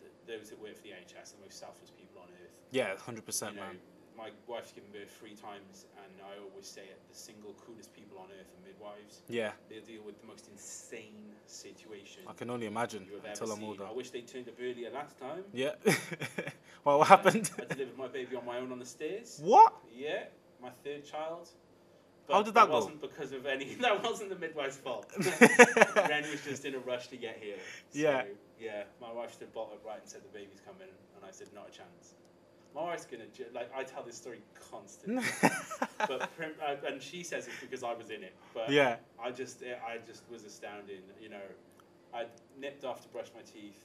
Speaker 2: Th those that work for the NHS are the most selfless people on earth.
Speaker 1: Yeah, hundred percent,
Speaker 2: you know,
Speaker 1: man.
Speaker 2: my wife's given birth three times, and I always say it: the single coolest people on earth are midwives.
Speaker 1: Yeah,
Speaker 2: They deal with the most insane situation
Speaker 1: I can only imagine
Speaker 2: you have ever
Speaker 1: until I'm
Speaker 2: seen.
Speaker 1: older.
Speaker 2: I wish they turned up earlier last time.
Speaker 1: Yeah. well, what happened?
Speaker 2: I delivered my baby on my own on the stairs.
Speaker 1: what?
Speaker 2: Yeah, my third child.
Speaker 1: How did that
Speaker 2: that
Speaker 1: go?
Speaker 2: wasn't because of any. That wasn't the midwife's fault. Ren was just in a rush to get here. So,
Speaker 1: Yeah.
Speaker 2: Yeah. My wife stood bolt upright and said the baby's coming, and I said not a chance. My wife's gonna ju- like I tell this story constantly, but prim, uh, and she says it's because I was in it. But
Speaker 1: yeah.
Speaker 2: I just eh, I just was astounding. You know, I nipped off to brush my teeth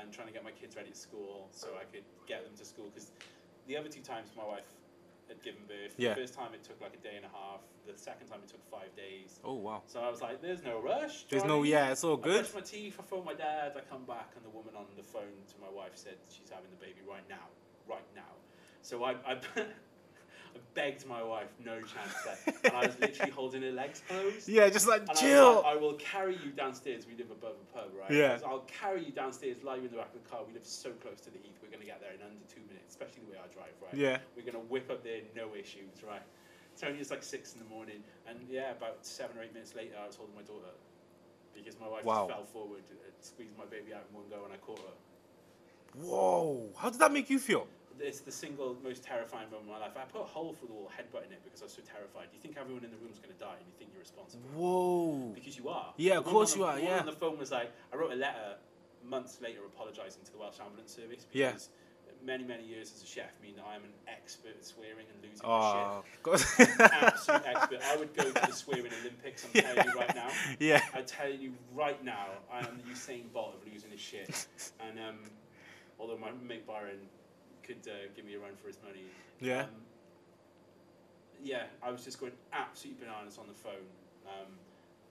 Speaker 2: and trying to get my kids ready to school so I could get them to school because the other two times my wife had given birth.
Speaker 1: Yeah.
Speaker 2: The first time it took like a day and a half. The second time it took five days.
Speaker 1: Oh wow.
Speaker 2: So I was like, "There's no rush."
Speaker 1: There's no.
Speaker 2: Johnny."
Speaker 1: Yeah, it's all
Speaker 2: I
Speaker 1: good.
Speaker 2: brushed my teeth. I phoned my dad. I come back, and the woman on the phone to my wife said she's having the baby right now, right now. So I, I, I begged my wife, no chance. Like, and I was literally holding her legs closed.
Speaker 1: Yeah, just like
Speaker 2: And I was
Speaker 1: chill.
Speaker 2: like, I, will carry you downstairs. We live above a pub, right?
Speaker 1: Yeah.
Speaker 2: I was, I'll carry you downstairs, lie you in the back of the car. We live so close to the heath. We're gonna get there in under two minutes, especially the way I drive, right?
Speaker 1: yeah.
Speaker 2: We're gonna whip up there, no issues, right? It's only it's like six in the morning, and yeah, about seven or eight minutes later, I was holding my daughter because my wife
Speaker 1: Wow.
Speaker 2: just fell forward, uh, squeezed my baby out in one go, and I caught her.
Speaker 1: Whoa. How did that make you feel?
Speaker 2: It's the single most terrifying moment of my life. I put a hole through the wall, headbutting it because I was so terrified. You think everyone in the room's gonna die, and you think you're responsible.
Speaker 1: Whoa.
Speaker 2: Because you are.
Speaker 1: Yeah, of
Speaker 2: The woman
Speaker 1: course
Speaker 2: on
Speaker 1: you
Speaker 2: the-
Speaker 1: are,
Speaker 2: the woman
Speaker 1: yeah.
Speaker 2: on the phone was like, I wrote a letter months later apologising to the Welsh Ambulance Service
Speaker 1: Yeah.
Speaker 2: because many, many years as a chef mean that I'm an expert at swearing and losing my
Speaker 1: Oh. God.
Speaker 2: shit. Absolute expert. I would go to the swearing Olympics, I'm telling you right now.
Speaker 1: yeah.
Speaker 2: I tell you right now, I am the Usain Bolt of losing his shit. And um, although my mate Byron could uh, give me a run for his money,
Speaker 1: Yeah.
Speaker 2: um, yeah, I was just going absolutely bananas on the phone. Um,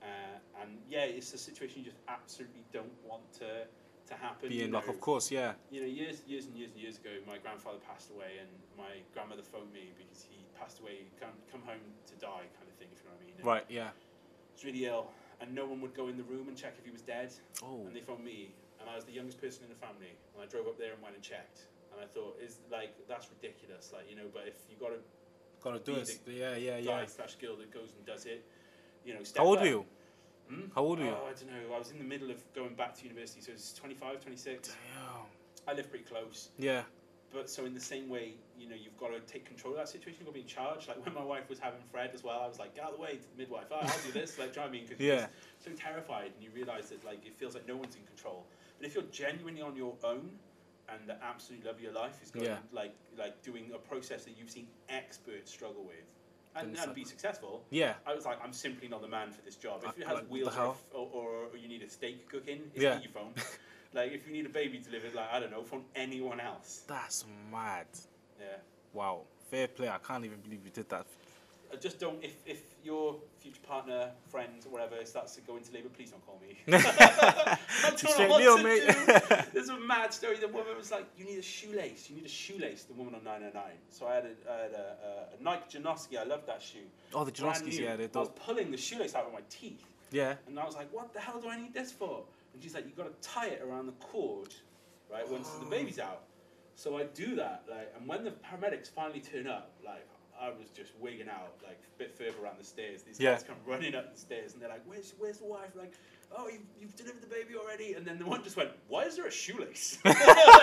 Speaker 2: uh, and yeah, it's a situation you just absolutely don't want to, to happen. you
Speaker 1: Being like,
Speaker 2: know.
Speaker 1: of course, yeah.
Speaker 2: You know, years, years and years and years ago, my grandfather passed away, and my grandmother phoned me because he passed away, come, come home to die, kind of thing, if you know what I mean. And
Speaker 1: Right. Yeah.
Speaker 2: He was really ill, and no one would go in the room and check if he was dead
Speaker 1: Oh.
Speaker 2: and they phoned me, and I was the youngest person in the family, and I drove up there and went and checked, and I thought, is like that's ridiculous, like you know, but if you got a
Speaker 1: Gotta do it. Yeah. Yeah.
Speaker 2: guy
Speaker 1: Uh, Yeah.
Speaker 2: slash girl that goes and does it, you know, step
Speaker 1: How old
Speaker 2: up.
Speaker 1: were you?
Speaker 2: Hmm?
Speaker 1: How old were you?
Speaker 2: Oh, I don't know. I was in the middle of going back to university, so it's 25, 26.
Speaker 1: Damn.
Speaker 2: I live pretty close,
Speaker 1: Yeah.
Speaker 2: but so in the same way, you know, you've got to take control of that situation. You've got to be in charge. Like when my wife was having Fred as well, I was like, get out of the way to the midwife. Oh, I'll do this. Like, do you know what I mean? 'Cause you're
Speaker 1: Yeah.
Speaker 2: just so terrified, and you realise that like it feels like no one's in control. But if you're genuinely on your own, and the absolute love of your life is going
Speaker 1: Yeah.
Speaker 2: like like doing a process that you've seen experts struggle with, and,
Speaker 1: Then it's
Speaker 2: and be successful.
Speaker 1: Yeah.
Speaker 2: I was like, I'm simply not the man for this job. If
Speaker 1: Uh,
Speaker 2: it has
Speaker 1: like, what the
Speaker 2: wheels
Speaker 1: hell?
Speaker 2: or, or, or you need a steak cooking, it's
Speaker 1: Yeah.
Speaker 2: not your phone. like if you need a baby delivered, like I don't know, phone anyone else.
Speaker 1: That's mad.
Speaker 2: Yeah.
Speaker 1: Wow. Fair play. I can't even believe you did that.
Speaker 2: I just don't. If, if your future partner, friend, or whatever starts to go into labour, please don't call me. I don't know
Speaker 1: Straight
Speaker 2: what
Speaker 1: deal,
Speaker 2: to
Speaker 1: mate.
Speaker 2: do. There's a mad story. The woman was like, "You need a shoelace. You need a shoelace." The woman on 909. So I had a, I had a, a, a Nike Janoski. I love that shoe.
Speaker 1: Oh, the
Speaker 2: Brand
Speaker 1: Janoskis.
Speaker 2: new. Oh.
Speaker 1: Yeah,
Speaker 2: I
Speaker 1: they're
Speaker 2: was
Speaker 1: dope.
Speaker 2: pulling the shoelace out with my teeth,
Speaker 1: Yeah.
Speaker 2: and I was like, "What the hell do I need this for?" And she's like, "You got to tie it around the cord, right? Once the
Speaker 1: Oh.
Speaker 2: baby's out." So I do that, like, and when the paramedics finally turn up, like, I was just wigging out, like, a bit further around the stairs. These
Speaker 1: Yeah.
Speaker 2: guys come running up the stairs, and they're like, "Where's, where's the wife?" Like, "Oh, you've, you've delivered the baby already." And then the one just went, "Why is there a shoelace?"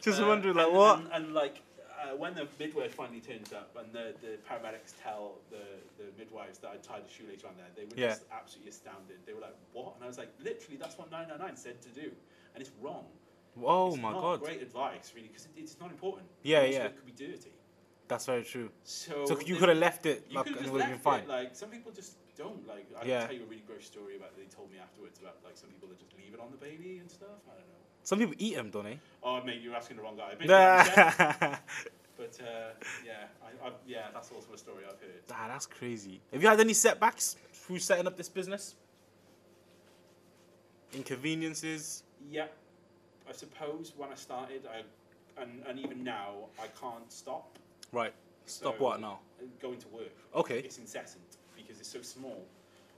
Speaker 1: Just
Speaker 2: Uh,
Speaker 1: wondering, like,
Speaker 2: and,
Speaker 1: what?
Speaker 2: And, and, like, uh, when the midwife finally turns up, and the, the paramedics tell the, the midwives that I tied a shoelace around there, they were
Speaker 1: Yeah.
Speaker 2: just absolutely astounded. They were like, "What?" And I was like, "Literally, that's what 999 said to do, and it's wrong."
Speaker 1: oh
Speaker 2: It's
Speaker 1: my
Speaker 2: not
Speaker 1: god.
Speaker 2: Great advice, really, because it, it's not important.
Speaker 1: Yeah,
Speaker 2: And also
Speaker 1: yeah.
Speaker 2: It could be dirty.
Speaker 1: That's very true.
Speaker 2: So,
Speaker 1: So you
Speaker 2: they-
Speaker 1: could have left it
Speaker 2: you
Speaker 1: like, and
Speaker 2: could've
Speaker 1: it
Speaker 2: just
Speaker 1: would have been
Speaker 2: left
Speaker 1: fine.
Speaker 2: It. Like some people just don't. Like I
Speaker 1: Yeah.
Speaker 2: can tell you a really gross story about they told me afterwards about like some people that just leave it on the baby and stuff. I don't know.
Speaker 1: Some people eat them, don't they?
Speaker 2: Oh, mate, you're asking the wrong guy. A bit young, yeah.
Speaker 1: Nah,
Speaker 2: But uh, yeah, I, I, yeah, that's also a story I've heard.
Speaker 1: that's crazy. Have you had any setbacks through setting up this business? Inconveniences?
Speaker 2: Yeah, I suppose when I started, I, and, and even now, I can't stop
Speaker 1: Right. Stop
Speaker 2: So-
Speaker 1: what now?
Speaker 2: going to work.
Speaker 1: Okay.
Speaker 2: It's incessant because it's so small,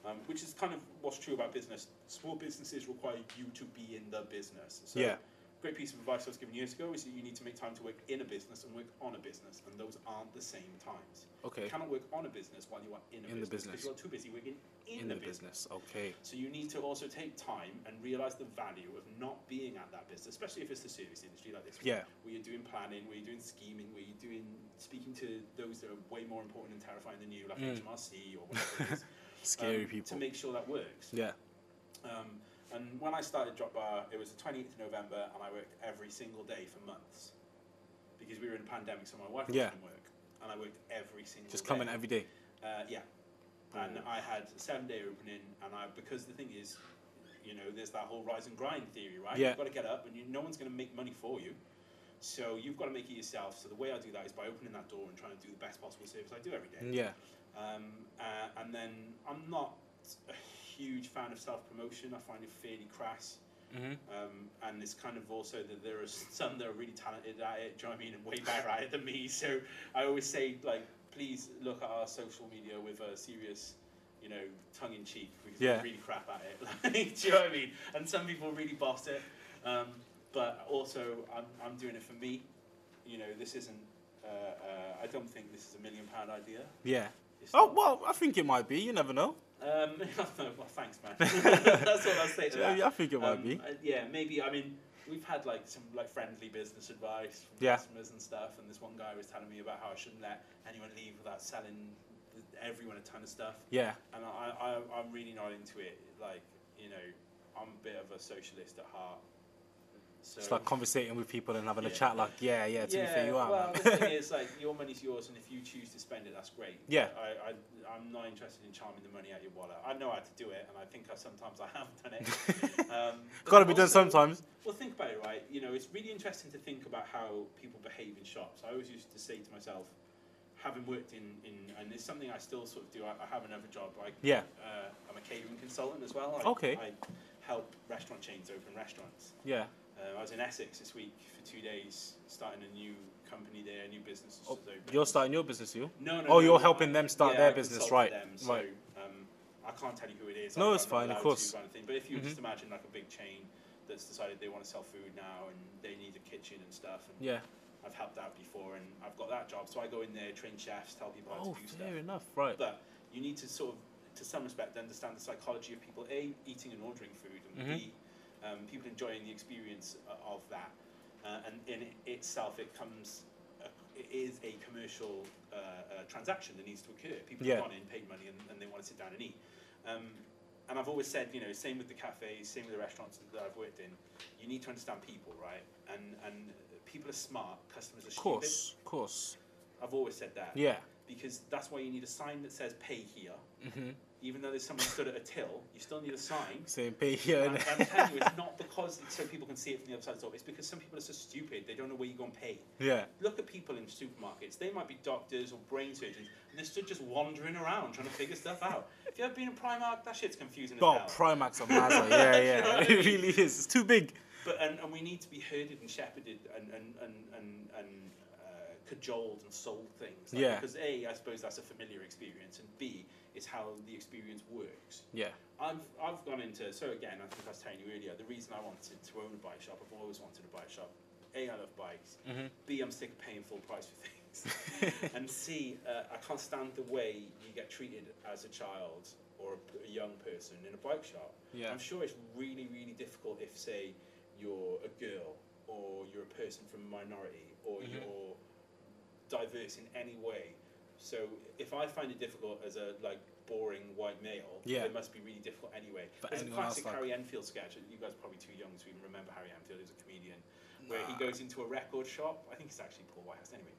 Speaker 2: um, which is kind of what's true about business. Small businesses require you to be in the business. So
Speaker 1: Yeah.
Speaker 2: Great piece of advice I was given years ago is that you need to make time to work in a business and work on a business, and those aren't the same times. You
Speaker 1: Okay.
Speaker 2: cannot work on a business while you are in a
Speaker 1: In the
Speaker 2: business
Speaker 1: business.
Speaker 2: because you are too busy working in, Um,
Speaker 1: In
Speaker 2: the
Speaker 1: the
Speaker 2: business.
Speaker 1: business. Okay.
Speaker 2: So you need to also take time and realize the value of not being at that business, especially if it's the service industry like this.
Speaker 1: Yeah.
Speaker 2: Where you're doing planning, where you're doing scheming, where you're doing speaking to those that are way more important and terrifying than you, like
Speaker 1: Mm.
Speaker 2: HMRC or whatever it is. um,
Speaker 1: Scary people.
Speaker 2: To make sure that works.
Speaker 1: yeah.
Speaker 2: Um, and when I started Drop Bar, it was the 28th of November, and I worked every single day for months because we were in a pandemic, so my wife
Speaker 1: Yeah.
Speaker 2: couldn't work, and I worked every single
Speaker 1: Just
Speaker 2: day.
Speaker 1: coming every day.
Speaker 2: Uh, yeah. And I had a seven day opening, and I because the thing is, you know, there's that whole rise and grind theory, right?
Speaker 1: Yeah.
Speaker 2: You've got to get up, and you, no one's going to make money for you. So you've got to make it yourself. So the way I do that is by opening that door and trying to do the best possible service I do every day.
Speaker 1: Yeah.
Speaker 2: Um, uh, and then I'm not a huge fan of self promotion. I find it fairly crass.
Speaker 1: Mm-hmm.
Speaker 2: Um, and it's kind of also that there are some that are really talented at it, do you know what I mean, and way better at it than me. So I always say, like, please look at our social media with a serious, you know, tongue in cheek because
Speaker 1: Yeah.
Speaker 2: we're really crap at it. Like, do you know what I mean? And some people really boss it. Um, but also, I'm, I'm doing it for me. You know, this isn't, uh, uh, I don't think this is a million pound idea.
Speaker 1: Yeah.
Speaker 2: It's
Speaker 1: Oh
Speaker 2: not-
Speaker 1: well, I think it might be. You never know.
Speaker 2: Um, well, thanks, man. That's what I'll say to that.
Speaker 1: Yeah, I think it might
Speaker 2: Um,
Speaker 1: be.
Speaker 2: uh, yeah, maybe. I mean, we've had like some like friendly business advice from
Speaker 1: Yeah.
Speaker 2: customers and stuff, and this one guy was telling me about how I shouldn't let anyone leave without selling everyone a ton of stuff,
Speaker 1: Yeah.
Speaker 2: and I, I I'm really not into it. Like, you know, I'm a bit of a socialist at heart. So
Speaker 1: It's like conversating with people and having a
Speaker 2: Yeah.
Speaker 1: chat. Like, yeah, yeah. To be fair, you are.
Speaker 2: well,
Speaker 1: man.
Speaker 2: the thing is, like, your money's yours, and if you choose to spend it, that's great.
Speaker 1: Yeah.
Speaker 2: I, I, I'm not interested in charming the money out your wallet. I know how to do it, and I think I, sometimes I have done it. Um, but
Speaker 1: Got to be done
Speaker 2: also-
Speaker 1: sometimes.
Speaker 2: Well, think about it, right? You know, it's really interesting to think about how people behave in shops. I always used to say to myself, having worked in, in and it's something I still sort of do, I, I have another job. I,
Speaker 1: Yeah.
Speaker 2: uh, I'm a catering consultant as well. I,
Speaker 1: Okay.
Speaker 2: I help restaurant chains open restaurants.
Speaker 1: Yeah.
Speaker 2: Uh, I was in Essex this week for two days, starting a new company there, a new business.
Speaker 1: Oh,
Speaker 2: that's opened.
Speaker 1: You're starting your business, you.
Speaker 2: No,
Speaker 1: oh,
Speaker 2: no. no,
Speaker 1: you're
Speaker 2: I-
Speaker 1: helping them start
Speaker 2: yeah,
Speaker 1: their
Speaker 2: I
Speaker 1: business,
Speaker 2: consult
Speaker 1: right,
Speaker 2: Them, so,
Speaker 1: right.
Speaker 2: Um, I can't tell you who it is.
Speaker 1: No,
Speaker 2: I'm-
Speaker 1: it's
Speaker 2: I'm not
Speaker 1: fine, of
Speaker 2: allowed to
Speaker 1: course.
Speaker 2: kind of thing. But if you
Speaker 1: Mhm.
Speaker 2: just imagine like a big chain that's decided they want to sell food now and they need a kitchen and stuff, and
Speaker 1: Yeah.
Speaker 2: I've helped out before and I've got that job, so I go in there, train chefs, tell people how
Speaker 1: Oh,
Speaker 2: to do stuff.
Speaker 1: fair enough. Right.
Speaker 2: But you need to sort of, to some respect, understand the psychology of people a eating and ordering food, and
Speaker 1: Mhm.
Speaker 2: b um, people enjoying the experience o- of that. Uh, and in i- itself, it comes. a- It is a commercial uh, uh, transaction that needs to occur. People
Speaker 1: Yeah.
Speaker 2: have gone in, paid money, and, and they want to sit down and eat. Um, and I've always said, you know, same with the cafes, same with the restaurants that I've worked in. You need to understand people, right? And and people are smart. Customers are
Speaker 1: Of course. Of course.
Speaker 2: stupid. I've always said that
Speaker 1: Yeah.
Speaker 2: because that's why you need a sign that says "Pay here."
Speaker 1: Mm-hmm.
Speaker 2: even though there's someone stood at a till, you still need a sign.
Speaker 1: Same pay
Speaker 2: And
Speaker 1: here.
Speaker 2: I'm,
Speaker 1: innit?
Speaker 2: I'm telling you, it's not because it's so people can see it from the other side of the door. It's because some people are so stupid they don't know where you go and pay.
Speaker 1: yeah.
Speaker 2: Look at people in supermarkets. They might be doctors or brain surgeons, and they're stood just wandering around trying to figure stuff out. If you ever been in Primark, that shit's confusing as
Speaker 1: Oh,
Speaker 2: hell.
Speaker 1: Primax and Mazda. Yeah,
Speaker 2: You know
Speaker 1: yeah.
Speaker 2: what I
Speaker 1: It
Speaker 2: mean?
Speaker 1: really is. It's too big.
Speaker 2: But and, and we need to be herded and shepherded and and and and, and uh, cajoled and sold things.
Speaker 1: Yeah.
Speaker 2: Because a, I suppose that's a familiar experience, and b, is how the experience works.
Speaker 1: Yeah.
Speaker 2: I've I've gone into so again I think I was telling you earlier the reason I wanted to own a bike shop I've always wanted a bike shop a I love bikes
Speaker 1: Mm-hmm.
Speaker 2: b I'm sick of paying full price for things and c uh, I can't stand the way you get treated as a child or a, p- a young person in a bike shop
Speaker 1: Yeah.
Speaker 2: I'm sure it's really really difficult if say you're a girl or you're a person from a minority or
Speaker 1: Mhm.
Speaker 2: you're diverse in any way so if I find it difficult as a like boring white male,
Speaker 1: Yeah.
Speaker 2: it must be really difficult anyway.
Speaker 1: For
Speaker 2: There's a
Speaker 1: anyone else,
Speaker 2: classic
Speaker 1: like-
Speaker 2: Harry Enfield sketch. You guys are probably too young to even remember Harry Enfield. He was a comedian where he
Speaker 1: Nah.
Speaker 2: goes into a record shop. I think it's actually Paul Whitehouse. Anyway,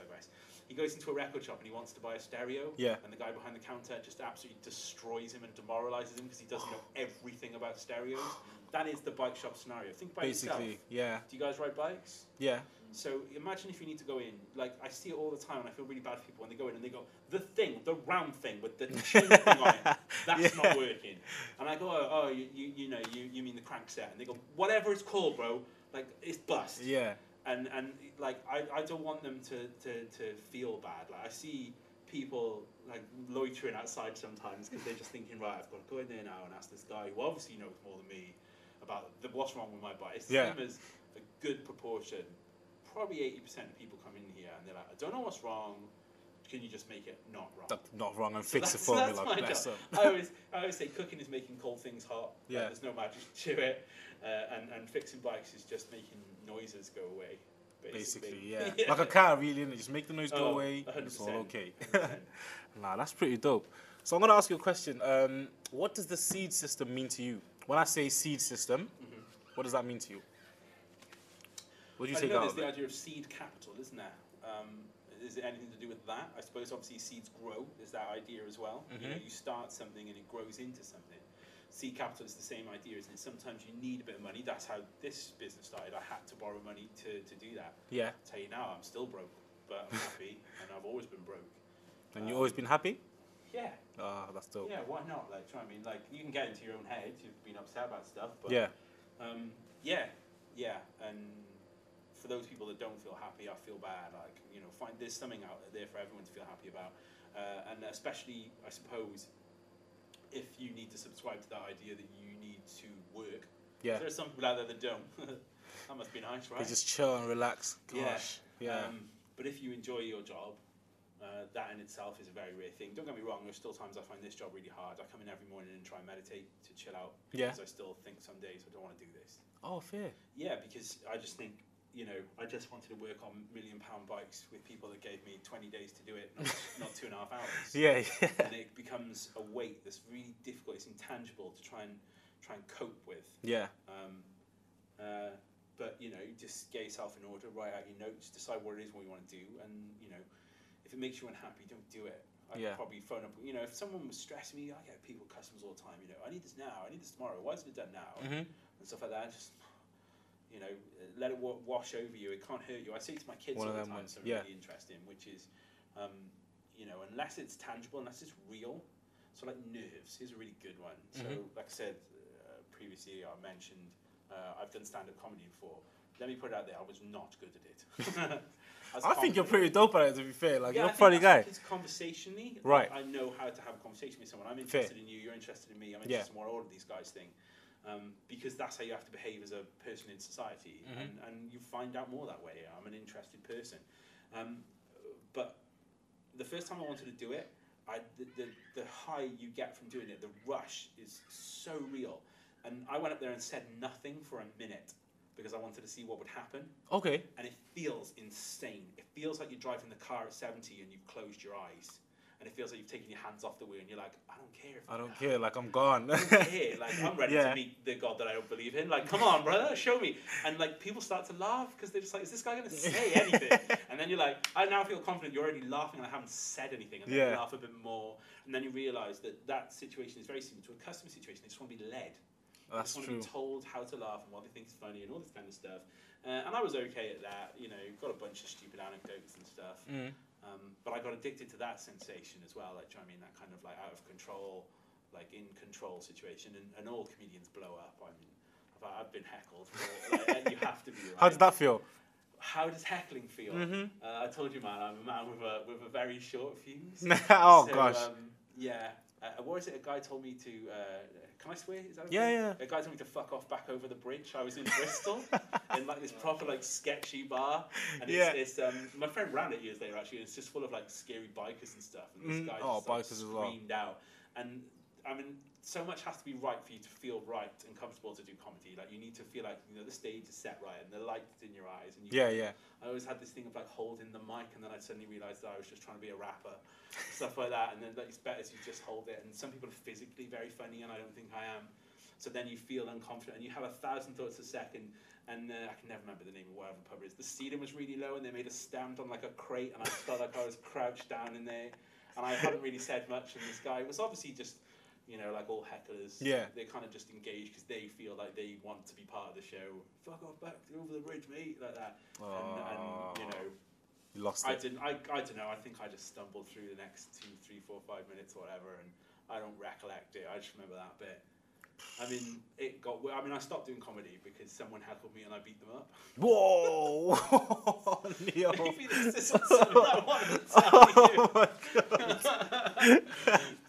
Speaker 2: digress. He He goes into a record shop and he wants to buy a stereo.
Speaker 1: Yeah.
Speaker 2: And the guy behind the counter just absolutely destroys him and demoralizes him because he doesn't know everything about stereos. That is the bike shop scenario. Think by
Speaker 1: Basically,
Speaker 2: yourself.
Speaker 1: yeah,
Speaker 2: Do you guys ride bikes?
Speaker 1: yeah.
Speaker 2: So imagine if you need to go in. Like I see it all the time, and I feel really bad for people when they go in and they go, "The thing, the round thing with the chin thing on it, that's
Speaker 1: Yeah.
Speaker 2: not working." And I go, "Oh, oh you, you, you know, you, you mean the crank set?" And they go, "Whatever it's called, bro, like it's bust."
Speaker 1: Yeah,
Speaker 2: And and like I, I don't want them to, to, to feel bad. Like I see people like loitering outside sometimes because they're just thinking, "Right, I've got to go in there now and ask this guy who obviously knows more than me about the, what's wrong with my bike." It's the
Speaker 1: Yeah.
Speaker 2: same as a good proportion probably eighty percent of people come in here and they're like, I don't know what's wrong. Can you just make it not wrong?
Speaker 1: that's not wrong. And fix the
Speaker 2: That's- that's
Speaker 1: formula.
Speaker 2: my
Speaker 1: Bless
Speaker 2: job.
Speaker 1: 'em.
Speaker 2: I always, I always say cooking is making cold things hot. Like,
Speaker 1: Yeah.
Speaker 2: there's no magic to it, uh, and and fixing bikes is just making noises go away. Basically,
Speaker 1: Basically, yeah. Like a car, really, innit? Just make the noise go
Speaker 2: Oh,
Speaker 1: away. It's all
Speaker 2: 100%,
Speaker 1: okay.
Speaker 2: 100%.
Speaker 1: nah, that's pretty dope. So I'm gonna ask you a question. Um, what does the seed system mean to you? When I say seed system, what does that mean to you? What do you
Speaker 2: Mm-hmm. I
Speaker 1: take
Speaker 2: know
Speaker 1: out
Speaker 2: there's
Speaker 1: of
Speaker 2: the
Speaker 1: it?
Speaker 2: idea of seed capital, isn't there? Um, is it anything to do with that? I suppose obviously seeds grow. Is that idea as well? You
Speaker 1: Mm-hmm.
Speaker 2: know, you start something and it grows into something. Seed capital is the same idea, isn't it? Sometimes you need a bit of money. That's how this business started. I had to borrow money to, to do that.
Speaker 1: Yeah.
Speaker 2: I tell you now, I'm still broke, but I'm happy, and I've always been broke.
Speaker 1: And you've always been happy?
Speaker 2: Uh, Yeah,
Speaker 1: Ah, that's dope.
Speaker 2: yeah. Why not? Like, do you know what I mean? Like, you can get into your own head. You've been upset about stuff, but
Speaker 1: Yeah.
Speaker 2: um, yeah, yeah, and for those people that don't feel happy, I feel bad. Like you know, find there's something out there for everyone to feel happy about, uh, and especially I suppose if you need to subscribe to that idea that you need to work.
Speaker 1: Yeah.
Speaker 2: There's some people out there that don't. that must be nice, right?
Speaker 1: They just chill and relax. Gosh. Yeah.
Speaker 2: Um, but if you enjoy your job, uh, that in itself is a very rare thing. Don't get me wrong, there's still times I find this job really hard. I come in every morning and try and meditate to chill out
Speaker 1: Yeah.
Speaker 2: because I still think some days I don't want to do this.
Speaker 1: oh, fair.
Speaker 2: Yeah, because I just think, you know, I just wanted to work on million pound bikes with people that gave me 20 days to do it, not, not two and a half hours.
Speaker 1: Yeah. yeah.
Speaker 2: And it becomes a weight that's really difficult, it's intangible to try and try and cope with.
Speaker 1: Yeah.
Speaker 2: Um, uh, but you know, just get yourself in order, write out your notes, decide what it is what you want to do, and you know, if it makes you unhappy, don't do it. I
Speaker 1: Yeah.
Speaker 2: could probably phone up. You know, if someone was stressing me, I get people customers all the time. You know, I need this now. I need this tomorrow. Why isn't it done now?
Speaker 1: Mhm.
Speaker 2: And stuff like that. Just you know, let it wa- wash over you. It can't hurt you. I say to my kids
Speaker 1: One
Speaker 2: all
Speaker 1: of
Speaker 2: the
Speaker 1: them
Speaker 2: time
Speaker 1: ones,
Speaker 2: something
Speaker 1: yeah.
Speaker 2: really interesting, which is, um, you know, unless it's tangible, unless it's real. So like nerves, here's a really good one. So
Speaker 1: Mm-hmm.
Speaker 2: like I said uh, previously, I mentioned uh, I've done stand-up comedy before. Let me put it out there. I was not good at it. As a
Speaker 1: I think you're
Speaker 2: comedy-
Speaker 1: pretty dope at it, to be fair. Like,
Speaker 2: yeah,
Speaker 1: you're
Speaker 2: I
Speaker 1: a
Speaker 2: think
Speaker 1: funny
Speaker 2: that's
Speaker 1: guy.
Speaker 2: because conversationally,
Speaker 1: Right.
Speaker 2: I know how to have a conversation with someone. I'm
Speaker 1: Fair.
Speaker 2: interested in you. You're interested in me. I'm
Speaker 1: Yeah.
Speaker 2: interested in what all of these guys think. Um, because that's how you have to behave as a person in society,
Speaker 1: Mm-hmm.
Speaker 2: and, and you find out more that way. I'm an interested person, um, but the first time I wanted to do it, I, the, the, the high you get from doing it, the rush is so real. And I went up there and said nothing for a minute because I wanted to see what would happen
Speaker 1: Okay.
Speaker 2: and it feels insane. It feels like you're driving the car at 70 and you've closed your eyes, and it feels like you've taken your hands off the wheel, and you're like, I don't care. If
Speaker 1: I don't care. Like, I'm gone.
Speaker 2: Here, like I'm ready
Speaker 1: Yeah.
Speaker 2: to meet the God that I don't believe in. Like, come on, brother, show me. And like people start to laugh because they're just like, is this guy gonna say anything? and then you're like, I now feel confident. You're already laughing, and I haven't said anything. And then you
Speaker 1: Yeah.
Speaker 2: laugh a bit more, and then you realise that that situation is very similar to a customer situation. They just want to be led. They
Speaker 1: That's
Speaker 2: just want to
Speaker 1: true.
Speaker 2: be told how to laugh and what they think is funny and all this kind of stuff. Uh, and I was okay at that. You know, got a bunch of stupid anecdotes and stuff.
Speaker 1: Mm.
Speaker 2: Um, but I got addicted to that sensation as well. Like, do you know what I mean? That kind of like out of control, like in control situation. And, and all comedians blow up. I mean, I've, I've been heckled. For, like, and you have to be. Right?
Speaker 1: How did that Mm-hmm. feel?
Speaker 2: How does heckling feel? Uh, I told you, man, I'm a man with a, with a very short fuse.
Speaker 1: oh,
Speaker 2: So,
Speaker 1: gosh.
Speaker 2: Um, yeah. Uh, what is it? A guy told me to. Uh, can I swear? Is that okay?
Speaker 1: Yeah, yeah.
Speaker 2: A guy told me to fuck off back over the bridge. I was in Bristol, in like this proper like sketchy bar, and
Speaker 1: Yeah.
Speaker 2: it's, it's um, my friend ran it years later actually. And it's just full of like scary bikers and stuff, and this
Speaker 1: Mm.
Speaker 2: guy
Speaker 1: Oh,
Speaker 2: just like,
Speaker 1: bikers as well.
Speaker 2: screamed out. And I mean, so much has to be right for you to feel right and comfortable to do comedy. Like you need to feel like you know the stage is set right and the light's in your eyes, and you
Speaker 1: yeah, yeah.
Speaker 2: I always had this thing of like holding the mic, and then I suddenly realised that I was just trying to be a rapper, stuff like that. And then like, it's better to just hold it. And some people are physically very funny, and I don't think I am. So then you feel unconfident and you have a thousand thoughts a second. And uh, I can never remember the name of whatever pub it is. The ceiling was really low and they made us stand on like a crate and I felt like I was crouched down in there. And I hadn't really said much. And this guy was obviously just, you know, like all hecklers.
Speaker 1: Yeah.
Speaker 2: They're kind of just engaged because they feel like they want to be part of the show. Fuck off back over the bridge, mate. Like that. And, and, you
Speaker 1: Oh.
Speaker 2: know,
Speaker 1: You lost
Speaker 2: I
Speaker 1: it.
Speaker 2: didn't. I, I don't know. I think I just stumbled through the next two, three, four, five minutes, or whatever, and I don't recollect it. I just remember that bit. I mean, it got. wo- I mean, I stopped doing comedy because someone heckled me and I beat them up.
Speaker 1: Whoa, Leo.
Speaker 2: Maybe this isn't something I wanted to tell you.
Speaker 1: oh my god.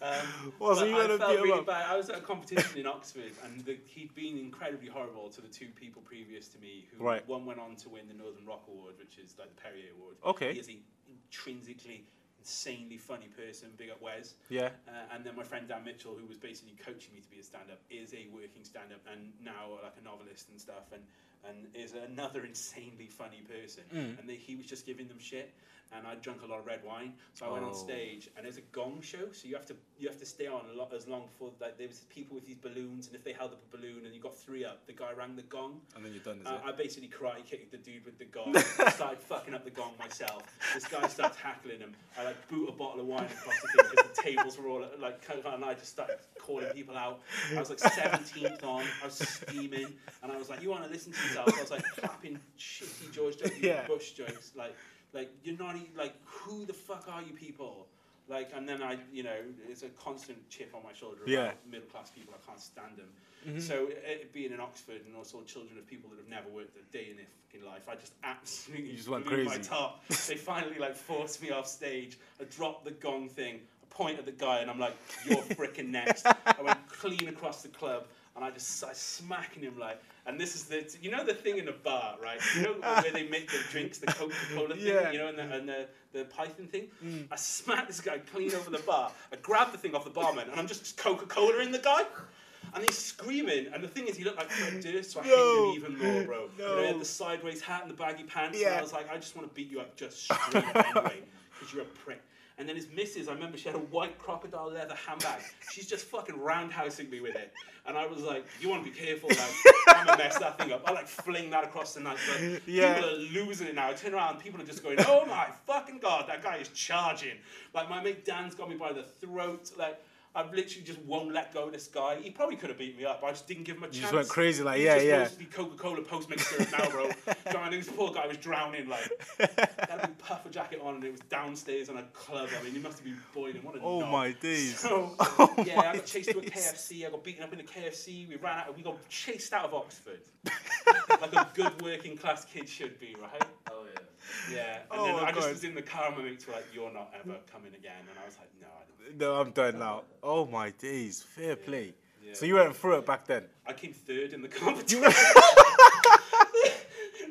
Speaker 2: Um,
Speaker 1: Well, so
Speaker 2: but
Speaker 1: you
Speaker 2: I
Speaker 1: had a
Speaker 2: felt
Speaker 1: beat 'em
Speaker 2: really
Speaker 1: up.
Speaker 2: bad. I was at a competition in Oxford, and the, he'd been incredibly horrible to the two people previous to me. Who
Speaker 1: Right.
Speaker 2: one went on to win the Northern Rock Award, which is like the Perrier Award.
Speaker 1: Okay.
Speaker 2: He is an intrinsically, insanely funny person. Big up Wes.
Speaker 1: Yeah.
Speaker 2: Uh, and then my friend Dan Mitchell, who was basically coaching me to be a stand-up, is a working stand-up and now like a novelist and stuff, and and is another insanely funny person. And they, he was just giving them shit. And I drank a lot of red wine, so I went on
Speaker 1: Oh.
Speaker 2: stage, and it was a gong show, so you have to you have to stay on a lot as long for like there was people with these balloons, and if they held up a balloon and you got three up, the guy rang the gong.
Speaker 1: And then you're done, is
Speaker 2: Uh,
Speaker 1: it?
Speaker 2: I basically karate kicked the dude with the gong. I started fucking up the gong myself. This guy starts hackling him. I like boot a bottle of wine across the thing because the tables were all like. kind of- And I just started calling people out. I was like 17th on. I was steaming, and I was like, "You want to listen to yourself?" I was like clapping shitty George W.
Speaker 1: Yeah.
Speaker 2: Bush jokes. Like, like you're not e- like who the fuck are you people? Like, and then I, you know, it's a constant chip on my shoulder about
Speaker 1: Yeah. Mm-hmm.
Speaker 2: middle class people. I can't stand them. So it, being in Oxford and also children of people that have never worked a day in their fucking life, I just absolutely
Speaker 1: You just went
Speaker 2: blew my
Speaker 1: crazy.
Speaker 2: top. they finally like forced me off stage. I dropped the gong thing. I point at the guy and I'm like, "You're frickin' next." I went clean across the club. And I just I smacking him like, and this is the you know the thing in a bar, right? You know where they make the drinks, the Coca Cola thing,
Speaker 1: Yeah. Mm.
Speaker 2: you know, and the, and the, the Python thing. I smacked this guy clean over the bar. I grabbed the thing off the barman, and I'm just Coca Cola in the guy. And he's screaming, and the thing is, he looked like Fred Durst, so I
Speaker 1: No.
Speaker 2: hate him even more, bro. You know, he
Speaker 1: No.
Speaker 2: had the sideways hat and the baggy pants, and
Speaker 1: Yeah.
Speaker 2: I was like, I just want to beat you up just straight up anyway, because you're a prick. And then his missus, I remember she had a white crocodile leather handbag. She's just fucking roundhousing me with it. And I was like, you want to be careful, like, I'm going to mess that thing up. I like fling that across the night. Like,
Speaker 1: Yeah.
Speaker 2: People are losing it now. I turn around, people are just going, oh my fucking god, that guy is charging. Like, my mate Dan's got me by the throat. Like, I literally just won't let go of this guy. He probably could have beat me up. I just didn't give him a chance.
Speaker 1: just went crazy, like,
Speaker 2: He's
Speaker 1: yeah,
Speaker 2: just
Speaker 1: yeah.
Speaker 2: supposed to be Coca Cola post mixer now, bro. John, this poor guy was drowning, like, had a big puffer jacket on, and it was downstairs in a club. I mean, he must have been boiling. What a
Speaker 1: Oh
Speaker 2: knob.
Speaker 1: my days.
Speaker 2: So,
Speaker 1: Oh
Speaker 2: yeah,
Speaker 1: my
Speaker 2: I got chased to a
Speaker 1: days.
Speaker 2: KFC. I got beaten up in a KFC. We ran out. We got chased out of Oxford, like a good working class kid should be, right?
Speaker 3: Oh yeah.
Speaker 2: Yeah. And
Speaker 1: Oh
Speaker 2: then
Speaker 1: my
Speaker 2: I just
Speaker 1: God.
Speaker 2: was in the car, and my mates were like, "You're not ever coming again," and I was like, "No, I don't."
Speaker 1: No, I'm done now. Oh my days. Fair play.
Speaker 2: Yeah.
Speaker 1: So you went through it back then.
Speaker 2: I came third in the competition.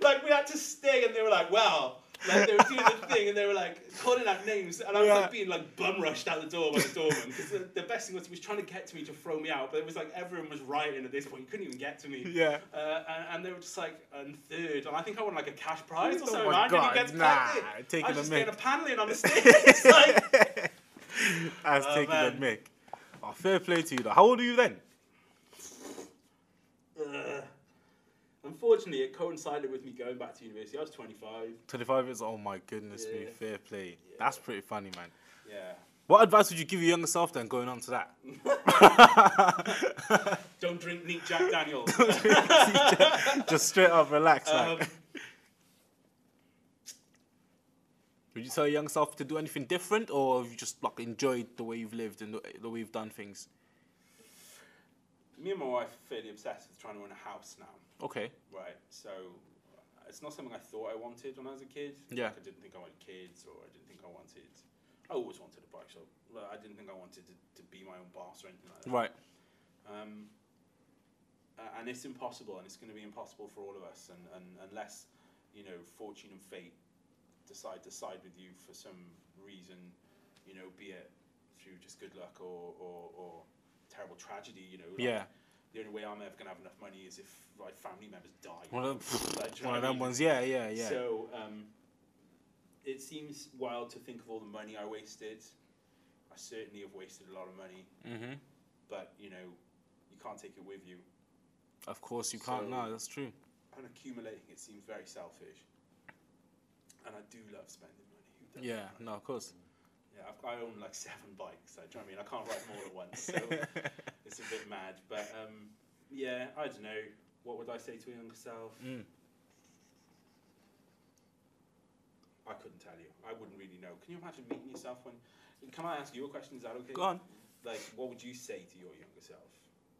Speaker 2: like we had to stay, and they were like, "Well." Like they were doing the thing, and they were like calling out names, and I was
Speaker 1: Yeah.
Speaker 2: like being like bum rushed out the door by the doorman because the, the best thing was he was trying to get to me to throw me out, but it was like everyone was rioting at this point. You couldn't even get to me.
Speaker 1: Yeah.
Speaker 2: Uh, and, and they were just like and third, and I think I won like a cash prize
Speaker 1: Oh
Speaker 2: or something.
Speaker 1: my
Speaker 2: I didn't
Speaker 1: God,
Speaker 2: even get to
Speaker 1: nah,
Speaker 2: collect it.
Speaker 1: taking
Speaker 2: I
Speaker 1: a
Speaker 2: was just getting a
Speaker 1: mick.
Speaker 2: paneling on the stage. It's like,
Speaker 1: I was taking
Speaker 2: man.
Speaker 1: the mick. Oh, fair play to you though. How old are you then?
Speaker 2: Ugh. Unfortunately, it coincided with me going back to university. I was 25.
Speaker 1: 25 years. Oh my goodness me.
Speaker 2: Yeah.
Speaker 1: Fair play. That's pretty funny, man.
Speaker 2: Yeah.
Speaker 1: What advice would you give your younger self then going on to that?
Speaker 2: Don't drink neat Jack Daniels.
Speaker 1: Just straight up relax.
Speaker 2: um,
Speaker 1: like. Would you tell your young self to do anything different or have you just like enjoyed the way you've lived and the, the way you've done things?
Speaker 2: me and my wife are fairly obsessed with trying to own a house now.
Speaker 1: Okay.
Speaker 2: Right. So uh, it's not something I thought I wanted when I was a kid.
Speaker 1: Yeah.
Speaker 2: Like I didn't think I wanted kids, or I didn't think I wanted. I always wanted a bike shop. Like, I didn't think I wanted to, to be my own boss or anything like that.
Speaker 1: Right.
Speaker 2: Um, uh, and it's impossible, and it's going to be impossible for all of us, and, and unless you know fortune and fate decide to side with you for some reason, you know, be it through just good luck or or, or terrible tragedy, you know. like,
Speaker 1: Yeah.
Speaker 2: The only way I'm ever going to have enough money is if my family members die.
Speaker 1: One of,
Speaker 2: Like, do you know
Speaker 1: one
Speaker 2: what I
Speaker 1: of them
Speaker 2: mean?
Speaker 1: ones. Yeah, yeah, yeah.
Speaker 2: So um, it seems wild to think of all the money I wasted. I certainly have wasted a lot of money
Speaker 1: mm-hmm.
Speaker 2: but you know, you can't take it with you.
Speaker 1: Of course, you can't.
Speaker 2: So-
Speaker 1: no, that's true.
Speaker 2: And accumulating it seems very selfish. And I do love spending money. Who doesn't,
Speaker 1: Yeah,
Speaker 2: right?
Speaker 1: no, of course.
Speaker 2: Yeah, I've, I own like seven bikes. So, do you know what I mean? I can't ride them all at once. So it's a bit mad. But um, yeah, I don't know. What would I say to a younger self?
Speaker 1: Mm.
Speaker 2: I couldn't tell you. I wouldn't really know. Can you imagine meeting yourself when? Can I ask you a question? Is that okay?
Speaker 1: Go on.
Speaker 2: Like, what would you say to your younger self?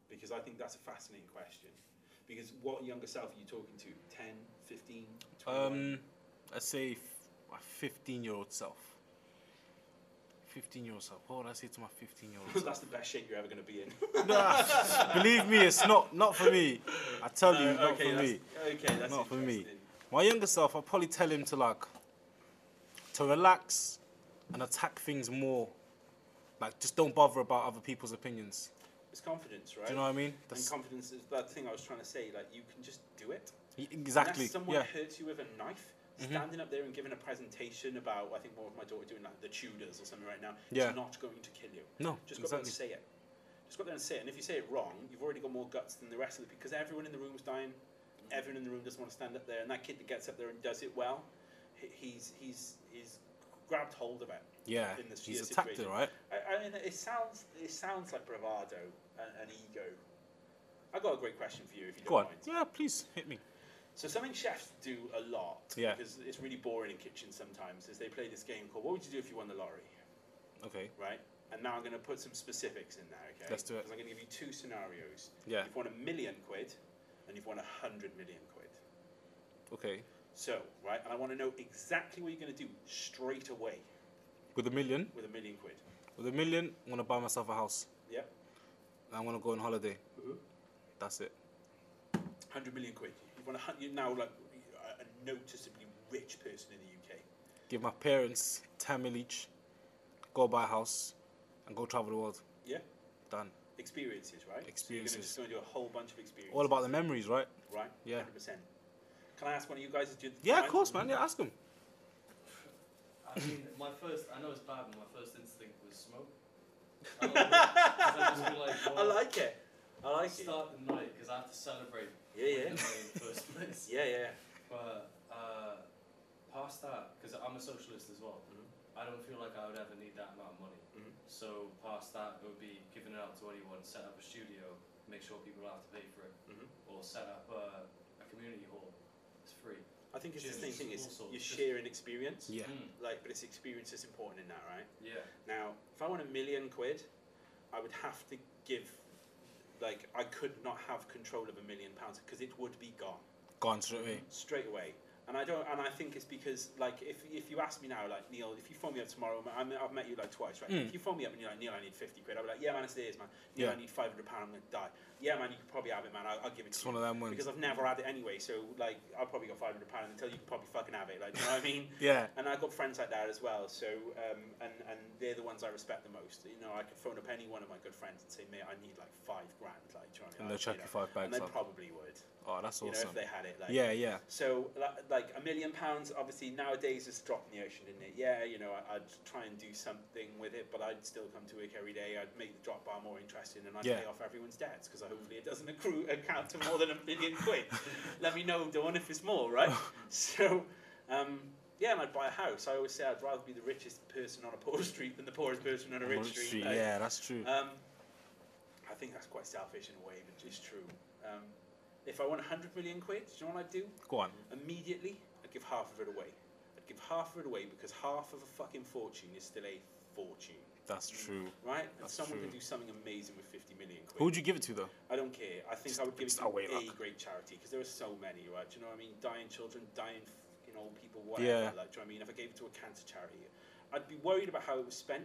Speaker 2: Because I think that's a fascinating question. Because what younger self are you talking to? 10, 15, 21?
Speaker 1: Um, let's say f- my 15 year old self. 15 year old self. What would I say to my 15 year old
Speaker 2: that's the best shape you're ever going to be in.
Speaker 1: self? Believe me, it's not not for me. I tell you,
Speaker 2: No,
Speaker 1: not
Speaker 2: okay,
Speaker 1: for
Speaker 2: that's,
Speaker 1: me.
Speaker 2: Okay, that's
Speaker 1: Not for me.
Speaker 2: interesting.
Speaker 1: My younger self, I'll probably tell him to like to relax and attack things more. Like, just don't bother about other people's opinions.
Speaker 2: It's confidence, right?
Speaker 1: Do you know what I mean?
Speaker 2: and
Speaker 1: That's
Speaker 2: confidence is that thing I was trying to say. Like, you can just do it.
Speaker 1: y- e- exactly.
Speaker 2: Unless someone
Speaker 1: Yeah. Mm-hmm.
Speaker 2: hurts you with a knife, standing up there and giving a presentation about, I think, what was my daughter doing, like the Tudors or something right now,
Speaker 1: Yeah.
Speaker 2: it's not going to kill you.
Speaker 1: No,
Speaker 2: Just go there and
Speaker 1: exactly.
Speaker 2: say it. Just go there and say it. And if you say it wrong, you've already got more guts than the rest of it because everyone in the room's dying. Everyone in the room doesn't want to stand up there. And that kid that gets up there and does it well, he- he's, he's, he's grabbed hold of it.
Speaker 1: Yeah.
Speaker 2: in this year
Speaker 1: He's attacked it,
Speaker 2: situation.
Speaker 1: right?
Speaker 2: I, I mean, it sounds, it sounds like bravado and, and ego. i got a great question for you if you don't
Speaker 1: Go on.
Speaker 2: mind.
Speaker 1: Yeah, please hit me.
Speaker 2: So something chefs do a lot,
Speaker 1: Yeah.
Speaker 2: because it's really boring in kitchens sometimes, is they play this game called "What would you do if you won the lottery?"
Speaker 1: Okay.
Speaker 2: Right? And now I'm going to put some specifics in there. Okay.
Speaker 1: Let's do it.
Speaker 2: 'Cause I'm going to give you two scenarios.
Speaker 1: Yeah.
Speaker 2: You've won a million quid, and you've won a hundred million quid.
Speaker 1: Okay.
Speaker 2: So right, and I want to know exactly what you're going to do straight away
Speaker 1: With a million,
Speaker 2: with a million quid.
Speaker 1: with a million, I'm gonna buy myself a house.
Speaker 2: Yep.
Speaker 1: And I'm gonna go on holiday. That's it.
Speaker 2: Hundred million quid. You've won a hundred. You're now like a- a noticeably rich person in the UK.
Speaker 1: Give my parents ten mil each. Go buy a house, and go travel the world.
Speaker 2: Yeah.
Speaker 1: Done.
Speaker 2: Experiences, right? So you're going to
Speaker 1: Experiences.
Speaker 2: just going to do a whole bunch of experiences.
Speaker 1: All about the memories, right?
Speaker 2: Right?
Speaker 1: Yeah.
Speaker 2: 100%. Can I ask one of you guys to do the
Speaker 1: Yeah,
Speaker 2: mine?
Speaker 1: of course, man. Yeah, ask them.
Speaker 3: I mean, my first, I know it's bad, but my first instinct was smoke. I don't know, 'cause I just feel like,
Speaker 2: I
Speaker 3: well,
Speaker 2: like it. I like it.
Speaker 3: start the night because I have to celebrate
Speaker 2: Yeah, yeah.
Speaker 3: winning the money in the first place.
Speaker 2: Yeah, yeah.
Speaker 3: But uh, past that, because I'm a socialist as well,
Speaker 2: Mm-hmm.
Speaker 3: I don't feel like I would ever need that amount of money.
Speaker 2: Mhm.
Speaker 3: So past that, it would be giving it out to anyone, set up a studio, make sure people don't have to pay for it,
Speaker 2: Mhm.
Speaker 3: or set up a, a community hall. It's free.
Speaker 2: I think it's the same
Speaker 3: Gyms,
Speaker 2: thing. Is
Speaker 3: all sorts,
Speaker 2: you're
Speaker 3: just-
Speaker 2: sharing experience.
Speaker 1: Yeah.
Speaker 3: Mm,
Speaker 2: Like, but it's experience that's important in that, right?
Speaker 3: yeah.
Speaker 2: Now, if I won a million quid, I would have to give. Like, I could not have control of a million pounds because it would be gone.
Speaker 1: Gone straight away.
Speaker 2: straight away. And I don't, and I think it's because like if, if you ask me now, like Neil, if you phone me up tomorrow, I mean, I've met you like twice, right?
Speaker 1: Mm.
Speaker 2: If you phone me up and you're like Neil, I need fifty quid, I'll be like, yeah, man, it's it is, man. Neil,
Speaker 1: Yeah.
Speaker 2: I need five hundred pound, I'm gonna die. Yeah, man, you could probably have it, man. I'll, I'll give it
Speaker 1: It's
Speaker 2: to
Speaker 1: one
Speaker 2: you
Speaker 1: of them ones.
Speaker 2: because I've never had it anyway. So like, I'll probably got five hundred pound until you can probably fucking have it. Like, do you know what I mean?
Speaker 1: Yeah.
Speaker 2: And I've got friends like that as well. So um, and and they're the ones I respect the most. You know, I could phone up any one of my good friends and say, mate, I need like five grand, like, do you
Speaker 1: And they'll
Speaker 2: know what I mean? Like,
Speaker 1: chuck you
Speaker 2: you know.
Speaker 1: five bags
Speaker 2: And they
Speaker 1: up.
Speaker 2: probably would,
Speaker 1: Oh, that's
Speaker 2: you know,
Speaker 1: awesome.
Speaker 2: if they had it. Like,
Speaker 1: Yeah, yeah.
Speaker 2: so, li- like a million pounds, obviously nowadays it's a drop in the ocean, isn't it? Yeah, you know, I, I'd try and do something with it, but I'd still come to work every day. I'd make the drop bar more interesting, and I'd
Speaker 1: Yeah.
Speaker 2: pay off everyone's debts because hopefully it doesn't accrue account to more than a million quid. Let me know, Dawn, if it's more, right? so, um, yeah, and I'd buy a house. I always say I'd rather be the richest person on a poor street than the poorest person on a rich
Speaker 1: Well,
Speaker 2: street.
Speaker 1: street,
Speaker 2: like,
Speaker 1: Yeah, that's true.
Speaker 2: um, I think that's quite selfish in a way, but it's true. Um, if I won 100 million quid, do you know what I'd do?
Speaker 1: Go on.
Speaker 2: immediately I'd give half of it away. I'd give half of it away because half of a fucking fortune is still a fortune,
Speaker 1: That's true.
Speaker 2: right? And
Speaker 1: That's
Speaker 2: someone
Speaker 1: true.
Speaker 2: can do something amazing with 50 million quid.
Speaker 1: Who would you give it to though?
Speaker 2: I don't care. I think I would give it
Speaker 1: Just
Speaker 2: to
Speaker 1: away
Speaker 2: a
Speaker 1: luck.
Speaker 2: great charity because there are so many, right? Do you know what I mean? Dying children, dying fucking old people, whatever.
Speaker 1: Yeah.
Speaker 2: Like, do you know what I mean? If I gave it to a cancer charity, I'd be worried about how it was spent.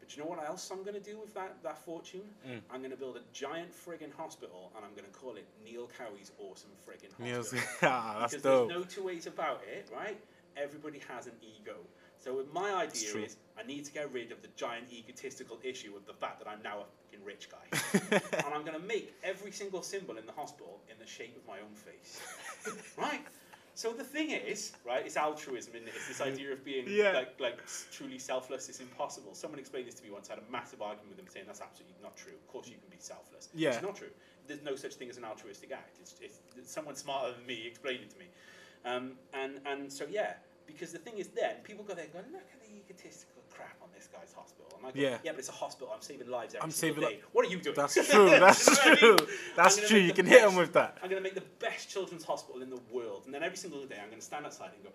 Speaker 2: But do you know what else I'm going to do with that, that fortune?
Speaker 1: Mm.
Speaker 2: I'm going to build a giant friggin' hospital and I'm going to call it Neil Cowie's Awesome Friggin' Hospital
Speaker 1: Neil's. Ah, that's
Speaker 2: because
Speaker 1: dope.
Speaker 2: there's no two ways about it, right? Everybody has an ego. So my idea
Speaker 1: true.
Speaker 2: is I need to get rid of the giant egotistical issue of the fact that I'm now a fucking rich guy. and I'm going to make every single symbol in the hospital in the shape of my own face. right? So the thing is, right? It's altruism, isn't it? It's this idea of being
Speaker 1: Yeah.
Speaker 2: like like s- truly selfless. It's impossible. Someone explained this to me once. I had a massive argument with them saying that's absolutely not true. Of course you can be selfless.
Speaker 1: Yeah.
Speaker 2: It's not true. There's no such thing as an altruistic act. It's, it's, it's someone smarter than me explained it to me. Um, and and so yeah, because the thing is, then people go there and go, look at the egotistical crap on this guy's hospital. And I go,
Speaker 1: Yeah.
Speaker 2: yeah, but it's a hospital. I'm saving lives every
Speaker 1: I'm
Speaker 2: single
Speaker 1: saving
Speaker 2: day. what are you doing?
Speaker 1: That's true. That's
Speaker 2: Do you know what I
Speaker 1: true.
Speaker 2: mean? I'm
Speaker 1: That's
Speaker 2: gonna
Speaker 1: true.
Speaker 2: make
Speaker 1: You
Speaker 2: the
Speaker 1: can hit
Speaker 2: best-
Speaker 1: him with that.
Speaker 2: I'm going to make the best children's hospital in the world. And then every single day, I'm going to stand outside and go,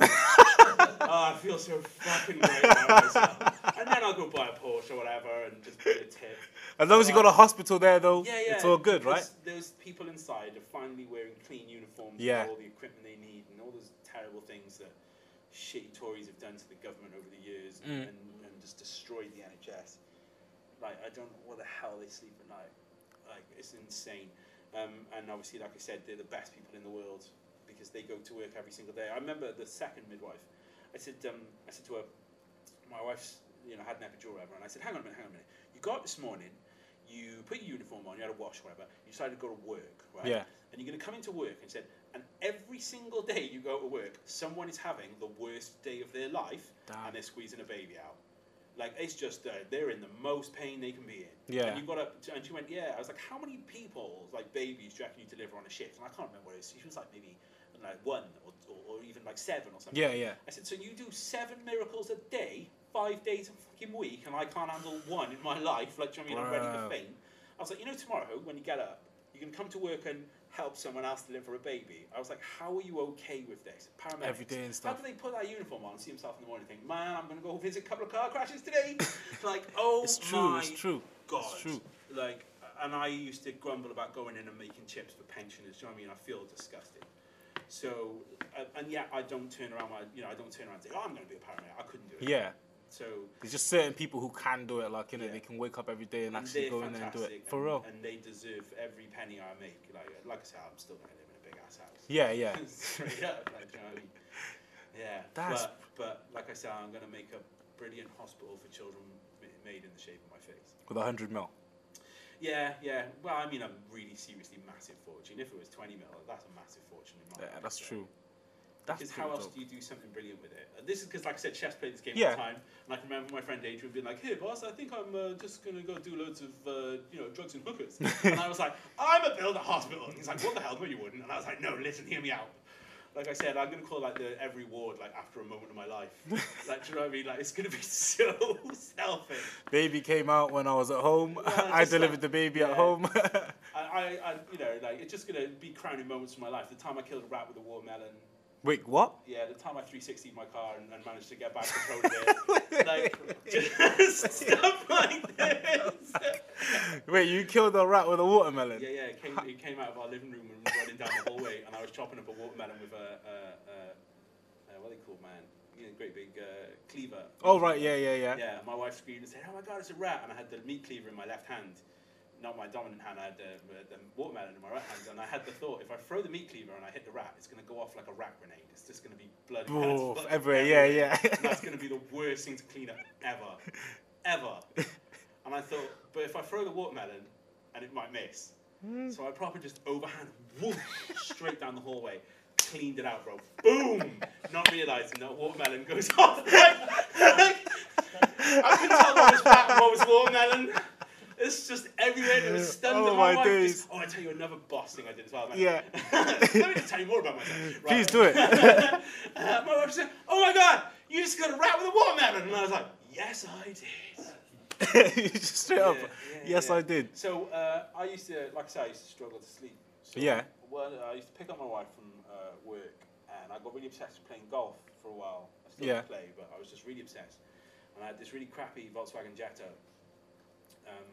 Speaker 2: mmm. oh, I feel so fucking great about myself. And then I'll go buy a Porsche or whatever and just put a tip.
Speaker 1: As long as you got a hospital there, though,
Speaker 2: Uh, Yeah, yeah.
Speaker 1: it's all good, right?
Speaker 2: because Those people inside are finally wearing clean uniforms
Speaker 1: Yeah.
Speaker 2: with all the equipment they need and all those terrible things that shitty Tories have done to the government over the years and,
Speaker 1: Mm.
Speaker 2: and, and just destroyed the NHS. Like, I don't know what the hell they sleep at night. Like, it's insane. Um, and obviously, like I said, they're the best people in the world because they go to work every single day. I remember the second midwife. I said, um, I said to her, my wife's, you know, had an epidural, whatever, and I said, hang on a minute, hang on a minute. You got up this morning, you put your uniform on, you had a wash, whatever. You decided to go to work, right?
Speaker 1: Yeah.
Speaker 2: And you're going to come into work and said, and every single day you go to work, someone is having the worst day of their life,
Speaker 1: Damn.
Speaker 2: and they're squeezing a baby out. Like it's just uh, they're in the most pain they can be in.
Speaker 1: Yeah.
Speaker 2: And you got up and she went, yeah. I was like, how many people, like babies, do you reckon you deliver on a shift? And I can't remember what it was. She was like maybe like one or, or, or even like seven or something.
Speaker 1: Yeah, yeah.
Speaker 2: I said, so you do seven miracles a day, five days a fucking week, and I can't handle one in my life. Like, do you know what I mean? I'm
Speaker 1: Wow.
Speaker 2: ready to faint. I was like, you know, tomorrow when you get up, you can come to work and help someone else deliver a baby. I was like, how are you okay with this? Paramedics.
Speaker 1: Every day and stuff.
Speaker 2: How do they put that uniform on and see themselves in the morning and think, man, I'm going to go visit a couple of car crashes today? like, oh
Speaker 1: It's true.
Speaker 2: my
Speaker 1: It's true.
Speaker 2: God.
Speaker 1: It's true.
Speaker 2: Like, and I used to grumble about going in and making chips for pensioners. Do you know what I mean? I feel disgusted. So, uh, and yet I don't turn around. My, you know, I don't turn around and say, "Oh, I'm going to be a paramedic." I couldn't do it.
Speaker 1: Yeah.
Speaker 2: So
Speaker 1: There's just certain people who can do it, like, you know,
Speaker 2: Yeah.
Speaker 1: they can wake up every day and
Speaker 2: and
Speaker 1: actually
Speaker 2: they're
Speaker 1: go in there and do
Speaker 2: fantastic.
Speaker 1: it. For
Speaker 2: and,
Speaker 1: real.
Speaker 2: And they deserve every penny I make. Like, like I said, I'm still going to live in a big ass house.
Speaker 1: Yeah, yeah.
Speaker 2: Straight up, like, do you know what I mean? Yeah.
Speaker 1: That's-
Speaker 2: But, but like I said, I'm going to make a brilliant hospital for children ma- made in the shape of my face.
Speaker 1: With a 100 mil.
Speaker 2: Yeah, yeah. Well, I mean, a really seriously massive fortune. If it was 20 mil, that's a massive fortune in my
Speaker 1: Yeah,
Speaker 2: mind,
Speaker 1: that's
Speaker 2: so-
Speaker 1: true. That's
Speaker 2: because
Speaker 1: true.
Speaker 2: how else
Speaker 1: dope.
Speaker 2: do you do something brilliant with it? Uh, This is because, like I said, chefs play this game
Speaker 1: Yeah.
Speaker 2: all the time. And I can remember my friend Adrian being like, hey, boss, I think I'm uh, just going to go do loads of, uh, you know, drugs and hookers. and I was like, I'm a build a hospital. And he's like, what the hell? No, you wouldn't. And I was like, no, listen, hear me out. Like I said, I'm going to call, like, the every ward, like, after a moment of my life. like, do you know what I mean? Like, it's going to be so selfish.
Speaker 1: Baby came out when I was at home.
Speaker 2: Yeah,
Speaker 1: I
Speaker 2: just
Speaker 1: delivered
Speaker 2: like-
Speaker 1: the baby at
Speaker 2: yeah.
Speaker 1: home.
Speaker 2: I, I, I, you know, like it's just gonna be crowning moments of my life. The time I killed a rat with a watermelon.
Speaker 1: Wait, what?
Speaker 2: Yeah, the time I 360 my car and, and managed to get back control of it. Like just stuff like this.
Speaker 1: Wait, you killed a rat with a watermelon?
Speaker 2: Yeah, yeah. It came, it came out of our living room and was running down the hallway, and I was chopping up a watermelon with a, a, a, a what are they called, man? You know, great big uh, cleaver.
Speaker 1: Oh, right, yeah, yeah, yeah.
Speaker 2: Yeah, my wife screamed and said, "Oh my god, it's a rat!" And I had the meat cleaver in my left hand, not my dominant hand. I had the, uh, the watermelon in my right hand, and I had the thought: if I throw the meat cleaver and I hit the rat, it's going to go off like a rat grenade. It's just going to be blood and cats
Speaker 1: Boof,
Speaker 2: fucking
Speaker 1: everywhere, yeah, yeah.
Speaker 2: And That's going to be the worst thing to clean up ever, ever. And I thought, but if I throw the watermelon, and it might miss,
Speaker 1: Hmm.
Speaker 2: so I probably just overhand whoosh, straight down the hallway. Cleaned it out, bro. Boom! Not realizing that watermelon goes off. I couldn't tell what was fat and what was watermelon. It's just everywhere. It was stunned.
Speaker 1: Oh,
Speaker 2: and
Speaker 1: my
Speaker 2: wife
Speaker 1: days.
Speaker 2: Just, oh, I tell you another boss thing I did as well. man.
Speaker 1: Yeah.
Speaker 2: Let me just tell you more about myself.
Speaker 1: Please do it.
Speaker 2: uh, my wife said, "Oh my God, you just got a rat with a watermelon," and I was like, "Yes, I did."
Speaker 1: You just straight up.
Speaker 2: Yeah, yeah,
Speaker 1: yes,
Speaker 2: yeah.
Speaker 1: I did.
Speaker 2: So uh, I used to, like I said, I used to struggle to sleep. So
Speaker 1: Yeah.
Speaker 2: One, I used to pick up my wife from uh, work, and I got really obsessed with playing golf for a while. I still
Speaker 1: Yeah.
Speaker 2: play, but I was just really obsessed. And I had this really crappy Volkswagen Jetta, um,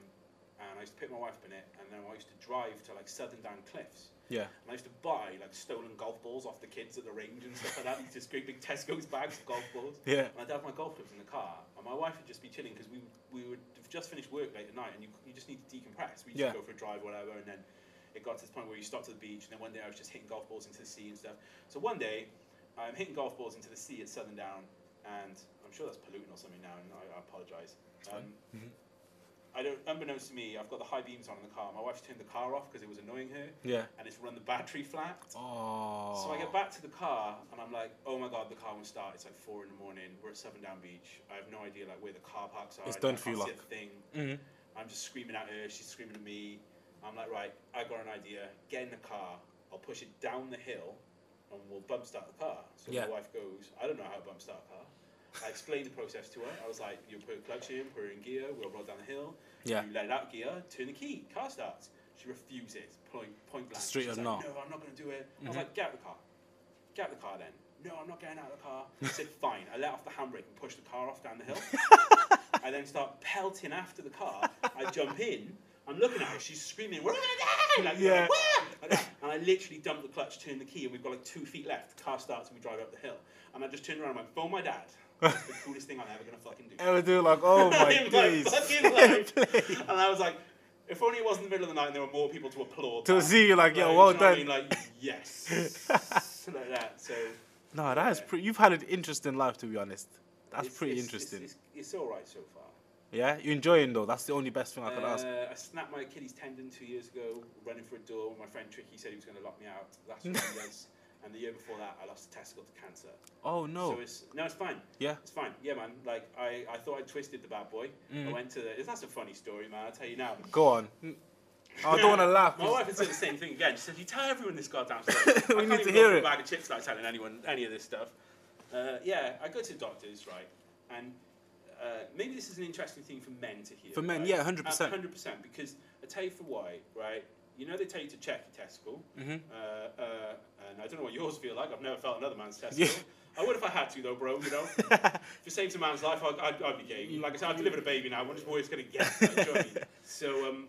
Speaker 2: and I used to pick my wife up in it, and then I used to drive to like southern down cliffs.
Speaker 1: Yeah.
Speaker 2: And I used to buy like stolen golf balls off the kids at the range and stuff like that. These just great big Tesco's bags of golf balls.
Speaker 1: Yeah.
Speaker 2: And I'd have my golf clubs in the car, and my wife would just be chilling because we would- we would have just finished work late at night, and you, you just need to decompress. We just
Speaker 1: Yeah.
Speaker 2: go for a drive, or whatever, and then it got to this point where you stopped at the beach, and then one day I was just hitting golf balls into the sea and stuff. So one day, I'm hitting golf balls into the sea at Southern Down, and I'm sure that's polluting or something now, and I, I apologise. Um, I don't, unbeknownst to me, I've got the high beams on in the car. My wife's turned the car off because it was annoying her,
Speaker 1: Yeah.
Speaker 2: and it's run the battery flat.
Speaker 1: Oh.
Speaker 2: So I get back to the car and I'm like, oh my god, the car won't start. It's like four in the morning. We're at Seven Down Beach. I have no idea like where the car parks are.
Speaker 1: It's
Speaker 2: I
Speaker 1: done
Speaker 2: can't
Speaker 1: for you,
Speaker 2: see
Speaker 1: like.
Speaker 2: a thing.
Speaker 1: Mhm.
Speaker 2: I'm just screaming at her. She's screaming at me. I'm like, right, I got an idea. Get in the car. I'll push it down the hill, and we'll bump start the car. So
Speaker 1: Yeah.
Speaker 2: my wife goes, I don't know how to bump start a car. I explained the process to her. I was like, you put a clutch in, put her in gear. We'll roll down the hill.
Speaker 1: Yeah.
Speaker 2: You let it out of gear. Turn the key. Car starts. She refuses. Point point blank.
Speaker 1: Straight Mm-hmm.
Speaker 2: She's
Speaker 1: up
Speaker 2: like,
Speaker 1: no.
Speaker 2: No, I'm not going to do it. I was like, get out of the car. Get out of the car then. No, I'm not getting out of the car. I said, fine. I let off the handbrake and pushed the car off down the hill. I then start pelting after the car. I jump in. I'm looking at her. She's screaming, "We're gonna die!" Like,
Speaker 1: Yeah.
Speaker 2: like, "Wah!" Like that. and I literally dump the clutch, turn the key, and we've got like two feet left. The car starts and we drive up the hill. And I just turned around and went, "Phone my dad." It's the coolest thing I'm ever gonna fucking do.
Speaker 1: Ever do like, oh my
Speaker 2: In my
Speaker 1: days.
Speaker 2: fucking life. And I was like, if only it wasn't the middle of the night and there were more people to applaud.
Speaker 1: To
Speaker 2: that.
Speaker 1: see you like,
Speaker 2: do
Speaker 1: yo,
Speaker 2: you
Speaker 1: well
Speaker 2: know what I
Speaker 1: done.
Speaker 2: mean? Like, yes. like that. So
Speaker 1: No, that is
Speaker 2: Yeah.
Speaker 1: pretty. You've had an interesting life, to be honest. That's
Speaker 2: it's-
Speaker 1: pretty
Speaker 2: it's-
Speaker 1: interesting.
Speaker 2: It's, it's, it's all right so far.
Speaker 1: yeah, you're enjoying though. That's the only best thing I could ask.
Speaker 2: Uh, I snapped my Achilles tendon two years ago, running for a door. My friend Tricky said he was going to lock me out. That's what he was. And the year before that, I lost a testicle to cancer.
Speaker 1: Oh no.
Speaker 2: So it's, no, it's fine.
Speaker 1: yeah.
Speaker 2: It's fine. Yeah, man. Like, I, I thought I twisted the bad boy.
Speaker 1: Mm.
Speaker 2: I went to the. That's a funny story, man. I'll tell you now.
Speaker 1: Go on. Mm. I don't want to laugh.
Speaker 2: My
Speaker 1: 'cause-
Speaker 2: wife has said the same thing again. She said, "You tell everyone this goddamn stuff.
Speaker 1: We
Speaker 2: I
Speaker 1: need
Speaker 2: can't
Speaker 1: to
Speaker 2: even
Speaker 1: hear
Speaker 2: go for
Speaker 1: it.
Speaker 2: A bag of chips without telling anyone any of this stuff." Uh, yeah, I go to the doctors, right? And uh, maybe this is an interesting thing for men to hear.
Speaker 1: For men,
Speaker 2: right? Uh,
Speaker 1: yeah, 100%.
Speaker 2: Hundred percent, because I tell you for why, right? You know they tell you to check your testicle,
Speaker 1: Mhm.
Speaker 2: uh, uh, and I don't know what yours feel like. I've never felt another man's
Speaker 1: Yeah.
Speaker 2: testicle. I would if I had to, though, bro. You know, if it saves a man's life, I'd, I'd, I'd be game. Like I said, I've delivered a baby now. What is more it's going to get? Like, do you know what I mean? So, um,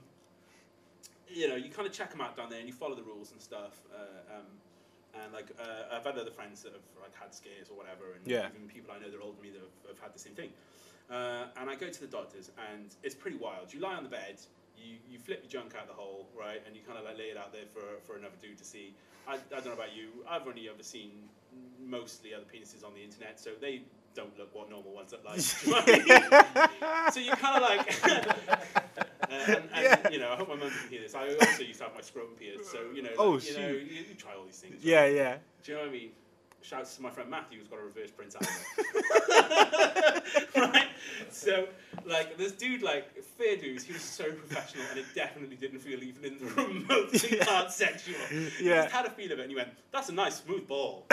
Speaker 2: you know, you kind of check them out down there, and you follow the rules and stuff. Uh, um, and like, uh, I've had other friends that have like had scares or whatever, and
Speaker 1: Yeah.
Speaker 2: even people I know that are older than me that have, have had the same thing. Uh, and I go to the doctors, and it's pretty wild. You lie on the bed, you, you flip your junk out the hole, right, and you kind of like lay it out there for, for another dude to see. I, I don't know about you, I've only ever seen mostly other penises on the internet, so they don't look what normal ones look like. Do you know what I mean? so you kind of like. Uh, and, and
Speaker 1: Yeah.
Speaker 2: you know, I hope my mum didn't hear this. I also used to have my scrotum pierced, so you know,
Speaker 1: Oh,
Speaker 2: like, you, know
Speaker 1: shoot.
Speaker 2: you, you try all these things.
Speaker 1: yeah, yeah.
Speaker 2: Do you know what I mean? Shouts to my friend Matthew who's got a reverse print album. right? So, like, this dude, like, fair dudes, he was so professional and it definitely didn't feel even in the remotely
Speaker 1: Mm. Yeah.
Speaker 2: part sexual. He
Speaker 1: Yeah.
Speaker 2: just had a feel of it and he went, that's a nice smooth ball.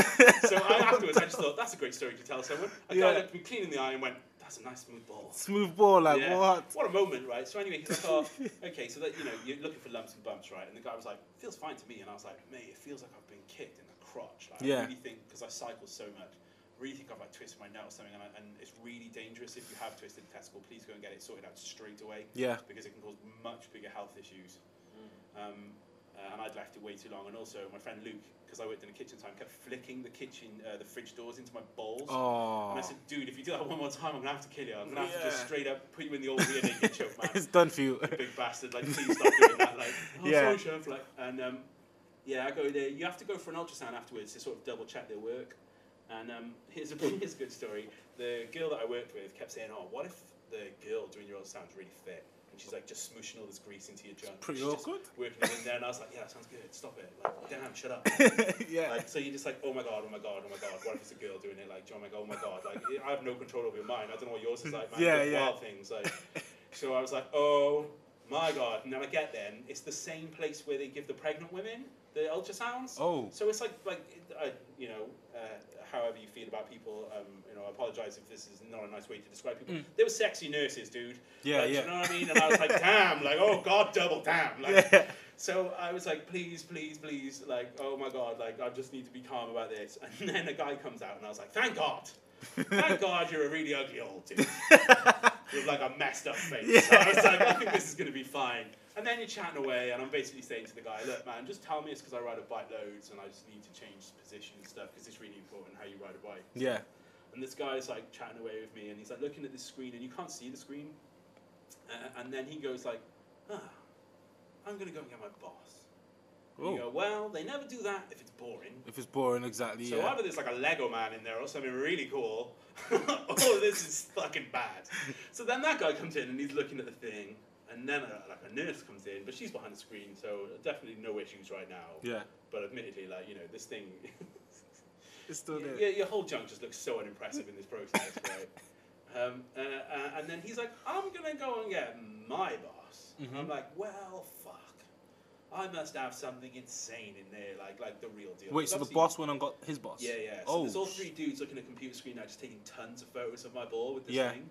Speaker 2: so I, afterwards, I just thought, that's a great story to tell someone. A
Speaker 1: Yeah.
Speaker 2: guy looked me clean in the eye and went, that's a nice smooth ball.
Speaker 1: Smooth ball, like
Speaker 2: Yeah.
Speaker 1: what?
Speaker 2: What a moment, right? So anyway, he's like, oh, okay, so that you know, you're looking for lumps and bumps, right? And the guy was like, feels fine to me, and I was like, mate, it feels like I've been kicked in the crotch. Like,
Speaker 1: Yeah.
Speaker 2: I really think because I cycle so much, really think I've like twisted my nut or something, and, I, and it's really dangerous if you have twisted the testicle. Please go and get it sorted out straight away
Speaker 1: Yeah.
Speaker 2: because it can cause much bigger health issues. Um, uh, and I'd left it way too long. And also, my friend Luke, because I worked in the kitchen time, kept flicking the kitchen, uh, the fridge doors into my balls.
Speaker 1: Oh.
Speaker 2: And I said, dude, if you do that one more time, I'm gonna have to kill you. I'm gonna have to
Speaker 1: Yeah.
Speaker 2: just straight up put you in the old rear naked choke, man.
Speaker 1: it's done for you.
Speaker 2: You big bastard. Like, please stop doing that. Like, oh,
Speaker 1: Yeah.
Speaker 2: sorry, chef. Like, and um, yeah, I go there. You have to go for an ultrasound afterwards to sort of double check their work. And um, here's a here's a good story. The girl that I worked with kept saying, "Oh, what if the girl doing your ultrasound's really fit?" And she's like, just smooshing all this grease into your junk.
Speaker 1: pretty
Speaker 2: She's just
Speaker 1: awkward.
Speaker 2: Working it in there, and I was like, "Yeah, that sounds good. Stop it. Like, damn, shut up."
Speaker 1: yeah.
Speaker 2: Like, so you're just like, oh my god, oh my god, oh my god. What if it's a girl doing it? Like, John, like, oh my god. Like, I have no control over your mind. I don't know what yours is like, man.
Speaker 1: Yeah,
Speaker 2: There's
Speaker 1: yeah.
Speaker 2: Wild things. Like, so I was like, oh my god. And then I get there, and it's the same place where they give the pregnant women the ultrasounds.
Speaker 1: Oh.
Speaker 2: So it's like, like, I, you know, uh, however you feel about people. Um, you know, I apologize if this is not a nice way to describe people. They were sexy nurses, dude.
Speaker 1: Mm. Yeah,
Speaker 2: Like, do
Speaker 1: yeah.
Speaker 2: You know what I mean? And I was like, damn. Like, oh god, double damn. Like,
Speaker 1: Yeah.
Speaker 2: so I was like, please, please, please, like, oh my god, like, I just need to be calm about this. And then a guy comes out, and I was like, thank God, thank God, you're a really ugly old dude with like a messed up face. So I was like, I think this is gonna be fine. And then you're chatting away, and I'm basically saying to the guy, look, man, just tell me it's because I ride a bike loads, and I just need to change position and stuff because it's really important how you ride a bike.
Speaker 1: Yeah.
Speaker 2: And this guy is like chatting away with me, and he's like looking at this screen, and you can't see the screen. Uh, and then he goes like, ah, I'm gonna go and get my boss. And
Speaker 1: Oh.
Speaker 2: you go, well, they never do that if it's boring.
Speaker 1: If it's boring, exactly.
Speaker 2: So
Speaker 1: yeah.
Speaker 2: either there's like a Lego man in there or something really cool, or this is fucking bad. So then that guy comes in and he's looking at the thing, and then a, like a nurse comes in, but she's behind the screen, so definitely no issues right now.
Speaker 1: Yeah,
Speaker 2: But admittedly, like you know, this thing,
Speaker 1: it's still there.
Speaker 2: your, your whole junk just looks so unimpressive in this process, right? Um, uh, uh, and then he's like, "I'm gonna go and get my boss."
Speaker 1: Mhm.
Speaker 2: I'm like, "Well, fuck." I must have something insane in there, like like the real deal.
Speaker 1: Wait,
Speaker 2: Because
Speaker 1: so the
Speaker 2: obviously-
Speaker 1: boss went and got his boss?
Speaker 2: yeah, yeah. So
Speaker 1: oh,
Speaker 2: there's all
Speaker 1: sh-
Speaker 2: three dudes looking at a computer screen now, just taking tons of photos of my ball with this
Speaker 1: Yeah.
Speaker 2: thing.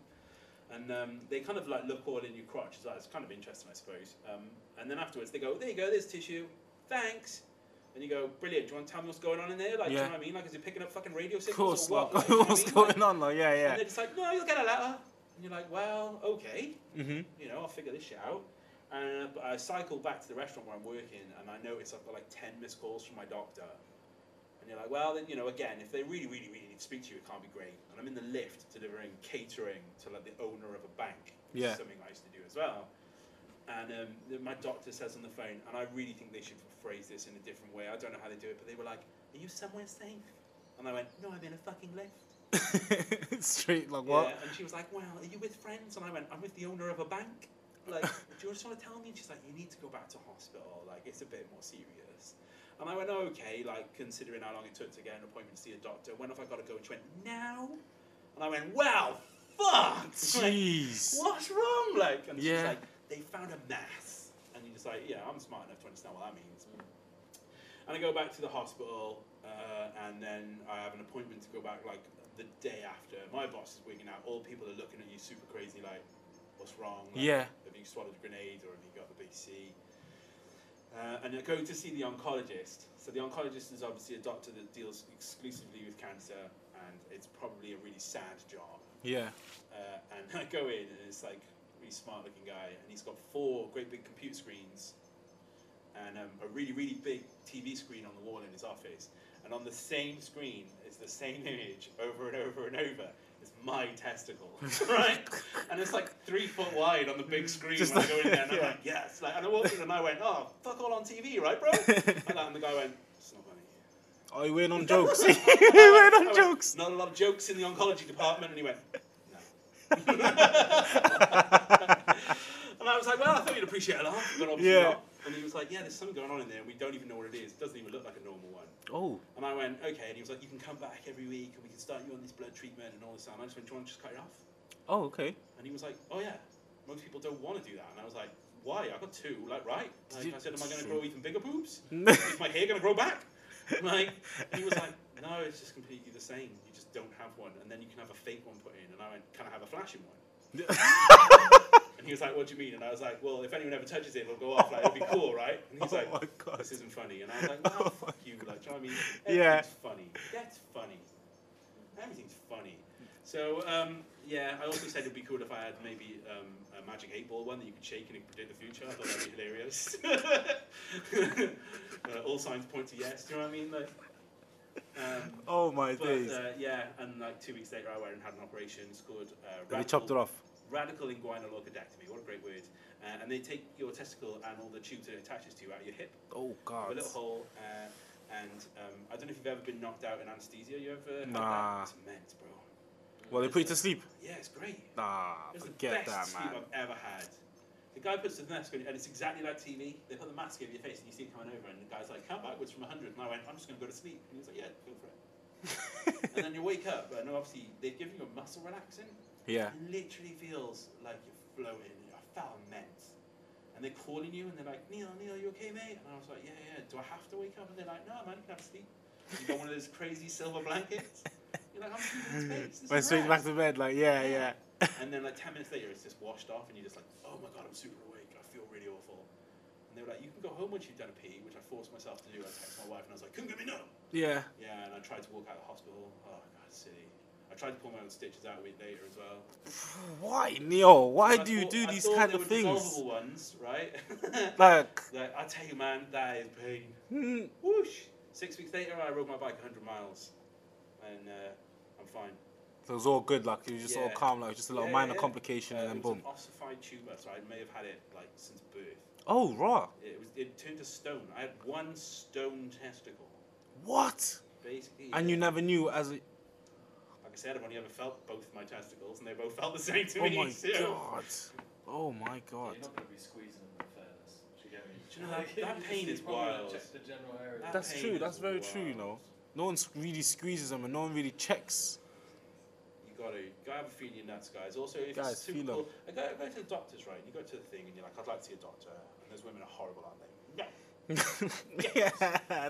Speaker 2: And um, they kind of like look all in your crotch as well. It's kind of interesting, I suppose. Um, and then afterwards, they go, "There you go. There's tissue. Thanks." And you go, "Brilliant. Do you want to tell me what's going on in there? Like, do you
Speaker 1: Yeah.
Speaker 2: know what I mean? Like, is it picking up fucking radio
Speaker 1: Of
Speaker 2: signals
Speaker 1: course,
Speaker 2: or
Speaker 1: like,
Speaker 2: what? Like, you know what I
Speaker 1: what's
Speaker 2: mean? Like,
Speaker 1: going on? Like, yeah,
Speaker 2: And
Speaker 1: yeah.
Speaker 2: they're just like, "No, you'll get a letter." And you're like, "Well, okay."
Speaker 1: Mhm.
Speaker 2: you know, I'll figure this shit out. And uh, I cycle back to the restaurant where I'm working, and I notice I've got like 10 missed calls from my doctor. And you're like, well, then, you know, again, if they really, really, really need to speak to you, it can't be great. And I'm in the lift delivering catering to like the owner of a bank, which
Speaker 1: Yeah.
Speaker 2: is something I used to do as well. And um, th- my doctor says on the phone, and I really think they should phrase this in a different way. I don't know how they do it, but they were like, are you somewhere safe? And I went, no, I'm in a fucking lift.
Speaker 1: Mm-hmm. Straight like what?
Speaker 2: Yeah, and she was like, "Well, are you with friends?" And I went, "I'm with the owner of a bank." Like, do you just want to tell me? And she's like, "You need to go back to hospital. Like, it's a bit more serious." And I went, "Okay." Like, considering how long it took to get an appointment to see a doctor, when have I got to go? And she went, "Now." And I went, "Well, fuck." Like,
Speaker 1: Jeez.
Speaker 2: what's wrong? Like, and she's
Speaker 1: Yeah.
Speaker 2: like, "They found a mass." And you're just like, "Yeah, I'm smart enough to understand what that means."
Speaker 1: Mm.
Speaker 2: And I go back to the hospital, uh, and then I have an appointment to go back like the day after. My boss is wigging out. All people are looking at you super crazy, like, what's wrong? Like,
Speaker 1: Yeah.
Speaker 2: Have you swallowed a grenade or have you got the BC? Uh, and I go to see the oncologist. So the oncologist is obviously a doctor that deals exclusively with cancer, and it's probably a really sad job.
Speaker 1: Yeah.
Speaker 2: Uh, and I go in, and it's like really smart looking guy, and he's got four great big computer screens and um, a really, really big TV screen on the wall in his office. And on the same screen is the same image over and over and over. It's my testicle, right? And it's like three foot wide on the big screen
Speaker 1: Just
Speaker 2: when I go in there, and I'm
Speaker 1: yeah.
Speaker 2: like, yes. Like, and I walked in and I went, oh, fuck all on TV, right, bro? And, uh, and the guy went, it's not funny.
Speaker 1: Are you waiting on jokes? you
Speaker 2: I
Speaker 1: waiting
Speaker 2: went,
Speaker 1: on jokes.
Speaker 2: Not a lot of jokes in the oncology department, and he went, no. and I was like, well, I thought you'd appreciate a laugh, but obviously
Speaker 1: Yeah.
Speaker 2: not. And he was like, yeah, there's something going on in there, and we don't even know what it is. It doesn't even look like a normal one.
Speaker 1: Oh,
Speaker 2: And I went, okay. And he was like, you can come back every week, and we can start you on this blood treatment and all this. And I just went, do you want to just cut it off?
Speaker 1: oh, okay.
Speaker 2: And he was like, oh yeah, most people don't want to do that. And I was like, why? I got two, like right.
Speaker 1: Did
Speaker 2: Like,
Speaker 1: you-
Speaker 2: I said, am I going to grow even bigger boobs?
Speaker 1: no,
Speaker 2: is my hair gonna grow back? Like, and he was like, no, it's just completely the same. You just don't have one, and then you can have a fake one put in. And I went, can I have a flashing one? And he was like, what do you mean? And I was like, well, if anyone ever touches it, it'll go off. Like, it'll be cool, right? And he's
Speaker 1: Oh
Speaker 2: like,
Speaker 1: my God.
Speaker 2: this isn't funny. And I was like, well,
Speaker 1: Oh
Speaker 2: fuck you. Like, do you know what I mean?
Speaker 1: Yeah.
Speaker 2: Everything's funny. That's funny. Everything's funny. So, um, yeah, I also said it'd be cool if I had maybe um, a magic eight ball one that you could shake and it could predict the future. I thought that'd be hilarious. uh, all signs point to yes. Do you know what I mean? Like, um,
Speaker 1: oh my
Speaker 2: but
Speaker 1: days.
Speaker 2: uh, yeah, and like two weeks later, I went and had an operation. It's called uh,
Speaker 1: And they
Speaker 2: radical-
Speaker 1: chopped it off.
Speaker 2: radical inguinal orchidectomy. What a great word! Uh, and they take your testicle and all the tubes that it attaches to out of your hip
Speaker 1: Oh
Speaker 2: a
Speaker 1: god.
Speaker 2: little hole, uh, and um, I don't know if you've ever been knocked out in anesthesia. You ever? had that?
Speaker 1: Nah.
Speaker 2: It's immense, bro.
Speaker 1: Well, they put you to sleep.
Speaker 2: Yeah, it's great.
Speaker 1: Nah,
Speaker 2: It's the
Speaker 1: forget
Speaker 2: best
Speaker 1: that,
Speaker 2: sleep
Speaker 1: man.
Speaker 2: I've ever had. The guy puts the mask on you, and it's exactly like TV. They put the mask over your face, and you see it coming over, and the guy's like, count backwards from 100. And I went, I'm just going to go to sleep. And he was like, yeah, go for it. and then you wake up, and obviously they've given you a muscle relaxant.
Speaker 1: Yeah.
Speaker 2: It literally feels like you're floating. I felt immense. And they're calling you, and they're like, Neil, Neil, you okay, mate? And I was like, yeah, yeah, do I have to wake up? And they're like, no, man, you can have a sleep. You got one of those crazy silver blankets. You're like, I'm sleeping in space. This
Speaker 1: Went
Speaker 2: is
Speaker 1: straight
Speaker 2: rad."
Speaker 1: back to bed. Like, yeah, yeah.
Speaker 2: And then like ten minutes later, it's just washed off, and you're just like, oh my god, I'm super awake. I feel really awful. And they were like, you can go home once you've done a pee, which I forced myself to do. I texted my wife, and I was like, couldn't get me no.
Speaker 1: Yeah.
Speaker 2: Yeah, and I tried to walk out of the hospital. Oh god, silly. I tried to pull my own stitches out a week later as well.
Speaker 1: Why, Neil? Why
Speaker 2: And I
Speaker 1: do you
Speaker 2: thought-
Speaker 1: do
Speaker 2: I
Speaker 1: these
Speaker 2: thought
Speaker 1: kind
Speaker 2: they
Speaker 1: of
Speaker 2: were
Speaker 1: things?
Speaker 2: Dissolvable ones, right?
Speaker 1: Like,
Speaker 2: like I tell you, man, that is pain.
Speaker 1: mm,
Speaker 2: Whoosh. Six weeks later, I rode my bike 100 miles, and uh, I'm fine.
Speaker 1: so it was all good. Like, you were just all
Speaker 2: Yeah.
Speaker 1: calm. Like, just a little
Speaker 2: Yeah,
Speaker 1: minor
Speaker 2: yeah.
Speaker 1: complication,
Speaker 2: Uh,
Speaker 1: and then
Speaker 2: it was
Speaker 1: boom.
Speaker 2: an ossified tumour, so I may have had it like since birth.
Speaker 1: Oh, raw.
Speaker 2: It was. It turned to stone. I had one stone testicle,
Speaker 1: What?
Speaker 2: basically.
Speaker 1: And you never knew as a.
Speaker 2: Like I said, I've only ever felt both my testicles, and they both felt the same to
Speaker 1: Oh
Speaker 2: me.
Speaker 1: my
Speaker 2: so-
Speaker 1: god. Oh my god.
Speaker 3: You're not going to be squeezing them in fairness. Do you get me?
Speaker 2: Do you know, that- that
Speaker 3: it's-
Speaker 2: pain
Speaker 3: it's
Speaker 2: is
Speaker 3: probably
Speaker 2: wild.
Speaker 3: like check the general area.
Speaker 2: That
Speaker 1: That's
Speaker 2: pain
Speaker 1: true.
Speaker 2: is
Speaker 1: That's very true. You
Speaker 2: wild.
Speaker 1: know, no one s- really squeezes them, and no one really checks.
Speaker 2: You gotta, you gotta have a feeling your nuts, guys. Also, if
Speaker 1: Guys,
Speaker 2: it's too
Speaker 1: feel
Speaker 2: cool, I go, I go to the doctors, right? And you go to the thing, and you're like, I'd like to see a doctor. And those women are horrible, aren't they? Yeah.
Speaker 1: yeah,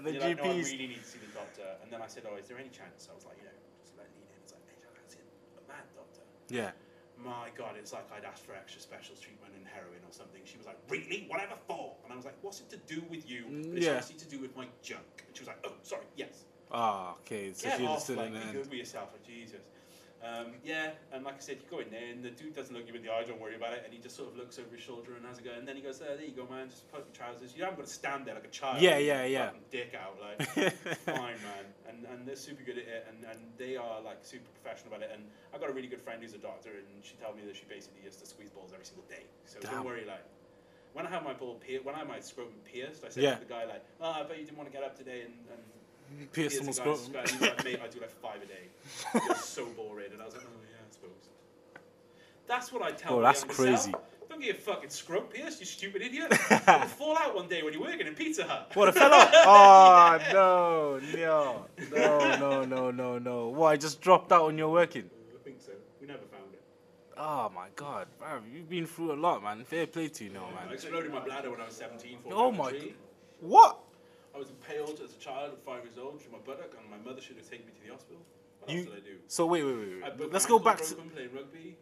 Speaker 1: the
Speaker 2: And you're like, no, I
Speaker 1: GPs.
Speaker 2: really need to see the doctor. And then I said, Oh, is there any chance? I was like, you know, just let lean in. It's like, hey, I'd like to see a mad doctor.
Speaker 1: Yeah.
Speaker 2: My God, it's like I'd asked for extra special treatment and heroin or something. She was like, Really? Whatever for? And I was like, What's it to do with you?
Speaker 1: Mm,
Speaker 2: But it's
Speaker 1: yeah.
Speaker 2: actually to do with my junk. And she was like, Oh, sorry, yes.
Speaker 1: Ah, okay. So
Speaker 2: Get
Speaker 1: she
Speaker 2: off,
Speaker 1: understood in
Speaker 2: like, be
Speaker 1: the end.
Speaker 2: good with yourself, like, Jesus. Um, yeah, and like I said, you go in there, and the dude doesn't look you in the eye, don't worry about it, and he just sort of looks over his shoulder and has a go, and then he goes, "Uh, there, there you go, man, just put your trousers. You haven't got to stand there like a child.
Speaker 1: Yeah,
Speaker 2: with your
Speaker 1: yeah, yeah.
Speaker 2: fucking Dick out, like, fine, man. And, and they're super good at it, and, and they are, like, super professional about it, and I've got a really good friend who's a doctor, and she told me that she basically used to squeeze balls every single day, so
Speaker 1: Damn.
Speaker 2: don't worry, like, when I had my ball pierced, when I had my scrotum pierced, I said
Speaker 1: Yeah.
Speaker 2: to the guy, like, oh, I bet you didn't want to get up today and, and
Speaker 1: Pierce
Speaker 2: Years
Speaker 1: someone's
Speaker 2: ago,
Speaker 1: scrotum.
Speaker 2: I swear, you know, like, mate, I do like five a day. It was so boring, and I was like, oh yeah, I suppose. That's what I tell.
Speaker 1: Oh,
Speaker 2: my
Speaker 1: that's
Speaker 2: younger
Speaker 1: crazy.
Speaker 2: Self. Don't get a fucking scrope pierced, you stupid idiot. It'll fall out one day when you're working in Pizza Hut.
Speaker 1: What a fellow! Oh no, no, no, no, no, no, no! What? I just dropped out when you're working.
Speaker 2: I think so. We never found it.
Speaker 1: Oh my god, man, you've been through a lot, man. Fair play to you, now,
Speaker 2: I
Speaker 1: man.
Speaker 2: exploded my bladder when I was 17. for
Speaker 1: Oh my
Speaker 2: Coventry.
Speaker 1: god, what?
Speaker 2: I was impaled as a child at five years old through my buttock, and my mother should have taken me to the hospital. What
Speaker 1: You-
Speaker 2: else did I do?
Speaker 1: So wait, wait, wait,
Speaker 2: I
Speaker 1: wait.
Speaker 2: broke
Speaker 1: Let's
Speaker 2: my
Speaker 1: go
Speaker 2: ankle,
Speaker 1: back. To,
Speaker 2: broke one playing rugby.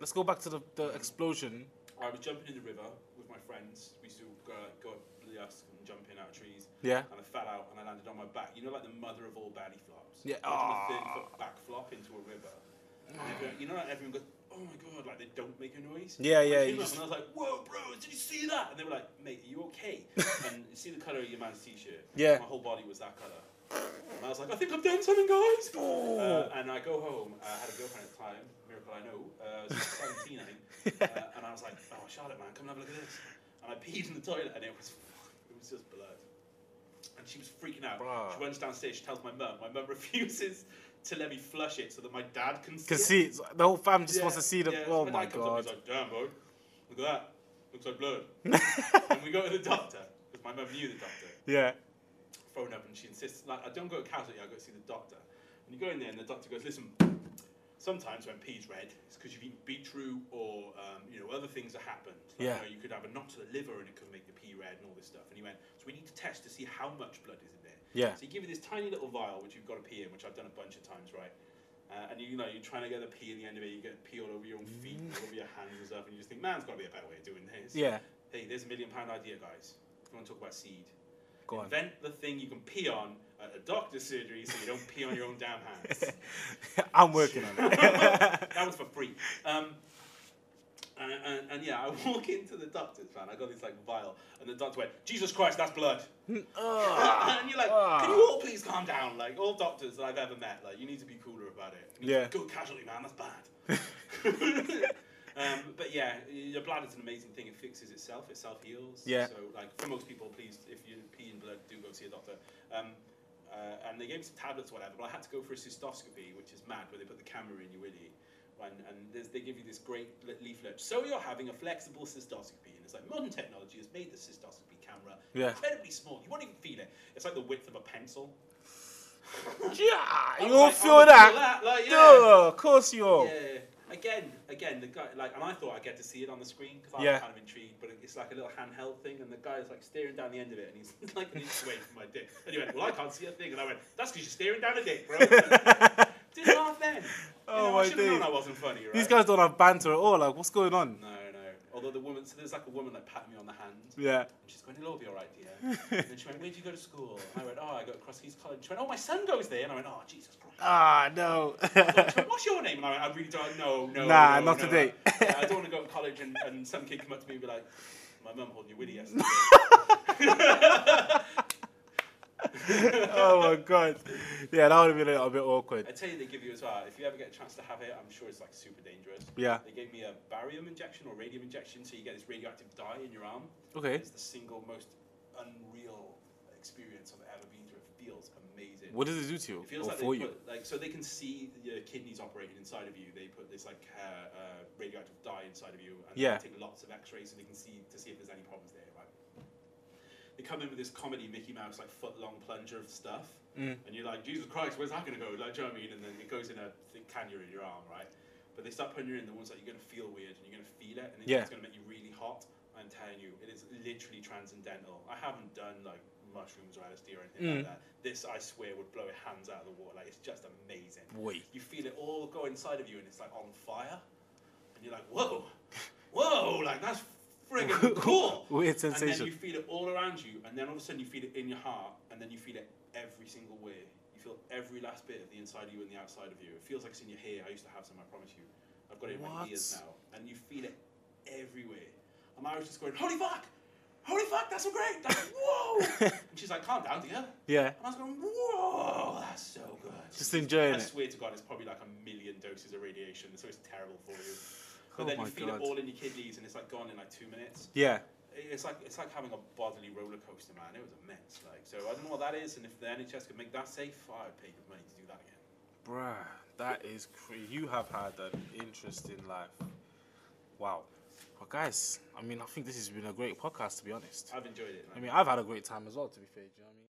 Speaker 1: let's go back to the, the explosion.
Speaker 2: I was jumping in the river with my friends. We used to go, go up the husk and jump in out of trees.
Speaker 1: Yeah.
Speaker 2: and I fell out and I landed on my back. You know, like the mother of all belly flops.
Speaker 1: Yeah.
Speaker 2: I did a
Speaker 1: Ah.
Speaker 2: 30 foot back flop into a river. And everyone- you know, like everyone goes, oh my god, like they don't make a noise.
Speaker 1: Yeah, yeah,
Speaker 2: I
Speaker 1: you
Speaker 2: came up
Speaker 1: just-
Speaker 2: and I was like, whoa, bro, did you see that? And they were like, mate, are you okay? and you see the colour of your man's t shirt?
Speaker 1: Yeah.
Speaker 2: My whole body was that colour. And I was like, I think I've done something, guys. Uh, and I go home. I had a girlfriend at the time, miracle I know. Uh, she was 17, I think. Uh, and I was like, oh, Charlotte, man, come and have a look at this. And I peed in the toilet, and it was, it was just blood. And she was freaking out.
Speaker 1: Bruh.
Speaker 2: She runs downstairs. She tells my mum. My mum refuses to let me flush it so that my dad can see.
Speaker 1: Can
Speaker 2: it.
Speaker 1: see it. So the whole fam just wants to see the.
Speaker 2: yeah, so
Speaker 1: oh my
Speaker 2: dad
Speaker 1: god.
Speaker 2: comes up, He's like, damn, boy, look at that. Looks like blood. and we go to the doctor because my mum knew the doctor
Speaker 1: yeah.
Speaker 2: phone up and she insists, like, I don't go to casualty, I go see the doctor. And you go in there and the doctor goes, listen, sometimes when pea's red, it's because you've eaten beetroot or, um, you know, other things that happened. Like,
Speaker 1: Yeah.
Speaker 2: You, know, you could have a knot to the liver and it could make the pea red and all this stuff. And he went, so we need to test to see how much blood is in there.
Speaker 1: Yeah.
Speaker 2: So you give you this tiny little vial, which you've got to pee in, which I've done a bunch of times, right? Uh, and you, know, you're trying to get the pee in the end of it, you get pee all over your own feet, all over your hands and stuff, and you just think, man, there's got to be a better way of doing this.
Speaker 1: Mm. Yeah.
Speaker 2: Hey, there's a million pound idea, guys. If you want to talk about seed,
Speaker 1: Go on.
Speaker 2: Invent the thing you can pee on at a doctor's surgery so you don't pee on your own damn hands.
Speaker 1: I'm working on it.
Speaker 2: that was for free. Um, and, and, and yeah, I walk into the doctor's van. I got this like vial, and the doctor went, "Jesus Christ, that's blood."
Speaker 1: Ah,
Speaker 2: and you're like,
Speaker 1: ah.
Speaker 2: "Can you all please calm down?" Like all doctors that I've ever met, like you need to be cooler about it. You need to
Speaker 1: Yeah.
Speaker 2: Go casually, man. That's bad. um, but yeah, your bladder's an amazing thing. It fixes itself. It self heals.
Speaker 1: Yeah.
Speaker 2: So like for most people, please, if you pee in blood, do go see a doctor. Um, uh, and they gave me some tablets, or whatever. But I had to go for a cystoscopy, which is mad, where they put the camera in your willy, and, and there's, they give you this great li- leaflet. So you're having a flexible cystoscopy, and it's like modern technology has made the cystoscopy camera
Speaker 1: Yeah.
Speaker 2: incredibly small. You won't even feel it. It's like the width of a pencil.
Speaker 1: yeah.
Speaker 2: I
Speaker 1: You
Speaker 2: was
Speaker 1: won't
Speaker 2: like, I
Speaker 1: feel
Speaker 2: would
Speaker 1: that.
Speaker 2: like, yeah.
Speaker 1: Duh, of course you will.
Speaker 2: Yeah. Again, again, the guy like, and I thought I'd get to see it on the screen because I
Speaker 1: Yeah.
Speaker 2: was kind of intrigued. But it's like a little handheld thing, and the guy is like staring down the end of it, and he's like an inch away from my dick. And he went, "Well, I can't see a thing," and I went, "That's because you're staring down a dick, bro." Didn't laugh then.
Speaker 1: Oh,
Speaker 2: you know,
Speaker 1: my
Speaker 2: I should have known
Speaker 1: days.
Speaker 2: I wasn't funny, right?
Speaker 1: These guys don't have banter at all. Like, what's going on?
Speaker 2: No, no. Although the woman, so there's like a woman that patted me on the hand.
Speaker 1: Yeah.
Speaker 2: And she's going, it'll all be all right, dear. and then she went, where do you go to school? And I went, oh, I go to Cross Keys College. She went, oh, my son goes there. And I went, oh, Jesus Christ.
Speaker 1: Ah, no.
Speaker 2: She went, What's your name? And I, went, I really don't know. No,
Speaker 1: Nah,
Speaker 2: no,
Speaker 1: not
Speaker 2: no.
Speaker 1: today.
Speaker 2: I, yeah, I don't want to go to college and, and some kid come up to me and be like, my mum holding your willy yesterday.
Speaker 1: oh my god. Yeah, that would have been a little bit
Speaker 2: I
Speaker 1: awkward.
Speaker 2: tell you, they give you as well. If you ever get a chance to have it, I'm sure it's like super dangerous.
Speaker 1: Yeah.
Speaker 2: They gave me a barium injection or radium injection, so you get this radioactive dye in your arm.
Speaker 1: Okay.
Speaker 2: It's the single most unreal experience I've ever been through. feels amazing.
Speaker 1: What does it do to you
Speaker 2: It feels
Speaker 1: or
Speaker 2: like
Speaker 1: for
Speaker 2: they
Speaker 1: you?
Speaker 2: put, like so they can see your kidneys operating inside of you. They put this like uh, uh, radioactive dye inside of you, and
Speaker 1: Yeah.
Speaker 2: they take lots of X-rays so they can see to see if there's any problems there. Right? They come in with this comedy Mickey Mouse like foot long plunger of stuff,
Speaker 1: Mm.
Speaker 2: and you're like, Jesus Christ, where's that gonna go? Like, do you know what I mean? And then it goes in a thick canyon in your arm, right? But they start putting you in the ones that you're gonna feel weird and you're gonna feel it, and then
Speaker 1: Yeah.
Speaker 2: it's gonna make you really hot. I'm telling you, it is literally transcendental. I haven't done like mushrooms or LSD or anything
Speaker 1: Mm.
Speaker 2: like that. This, I swear, would blow your hands out of the water. Like, it's just amazing.
Speaker 1: Boy.
Speaker 2: You feel it all go inside of you, and it's like on fire, and you're like, whoa, whoa, like that's friggin' cool.
Speaker 1: Weird
Speaker 2: And then
Speaker 1: sensation.
Speaker 2: you feel it all around you, and then all of a sudden you feel it in your heart, and then you feel it every single way. You feel every last bit of the inside of you and the outside of you. It feels like it's in your hair. I used to have some, I promise you. I've got it in my
Speaker 1: What?
Speaker 2: ears now. And you feel it everywhere. And I was just going, holy fuck! Holy fuck, that's so great! That's, whoa! and she's like, calm down, dear. And
Speaker 1: yeah.
Speaker 2: I was going, whoa, that's so good.
Speaker 1: Just enjoying
Speaker 2: I
Speaker 1: it.
Speaker 2: swear to God, it's probably like a million doses of radiation, so it's terrible for you. But
Speaker 1: Oh
Speaker 2: then
Speaker 1: my
Speaker 2: you feel
Speaker 1: God.
Speaker 2: it all in your kidneys, and it's like gone in like two minutes
Speaker 1: Yeah.
Speaker 2: it's like it's like having a bodily roller coaster, man. It was immense. Like, so I don't know what that is, and if the NHS could make that safe, I'd pay good money to do that again.
Speaker 1: Bruh, that is crazy. You have had an interesting life. Wow. But guys, I mean, I think this has been a great podcast, to be honest.
Speaker 2: I've enjoyed it. Man.
Speaker 1: I mean, I've had a great time as well, to be fair. Do you know what I mean?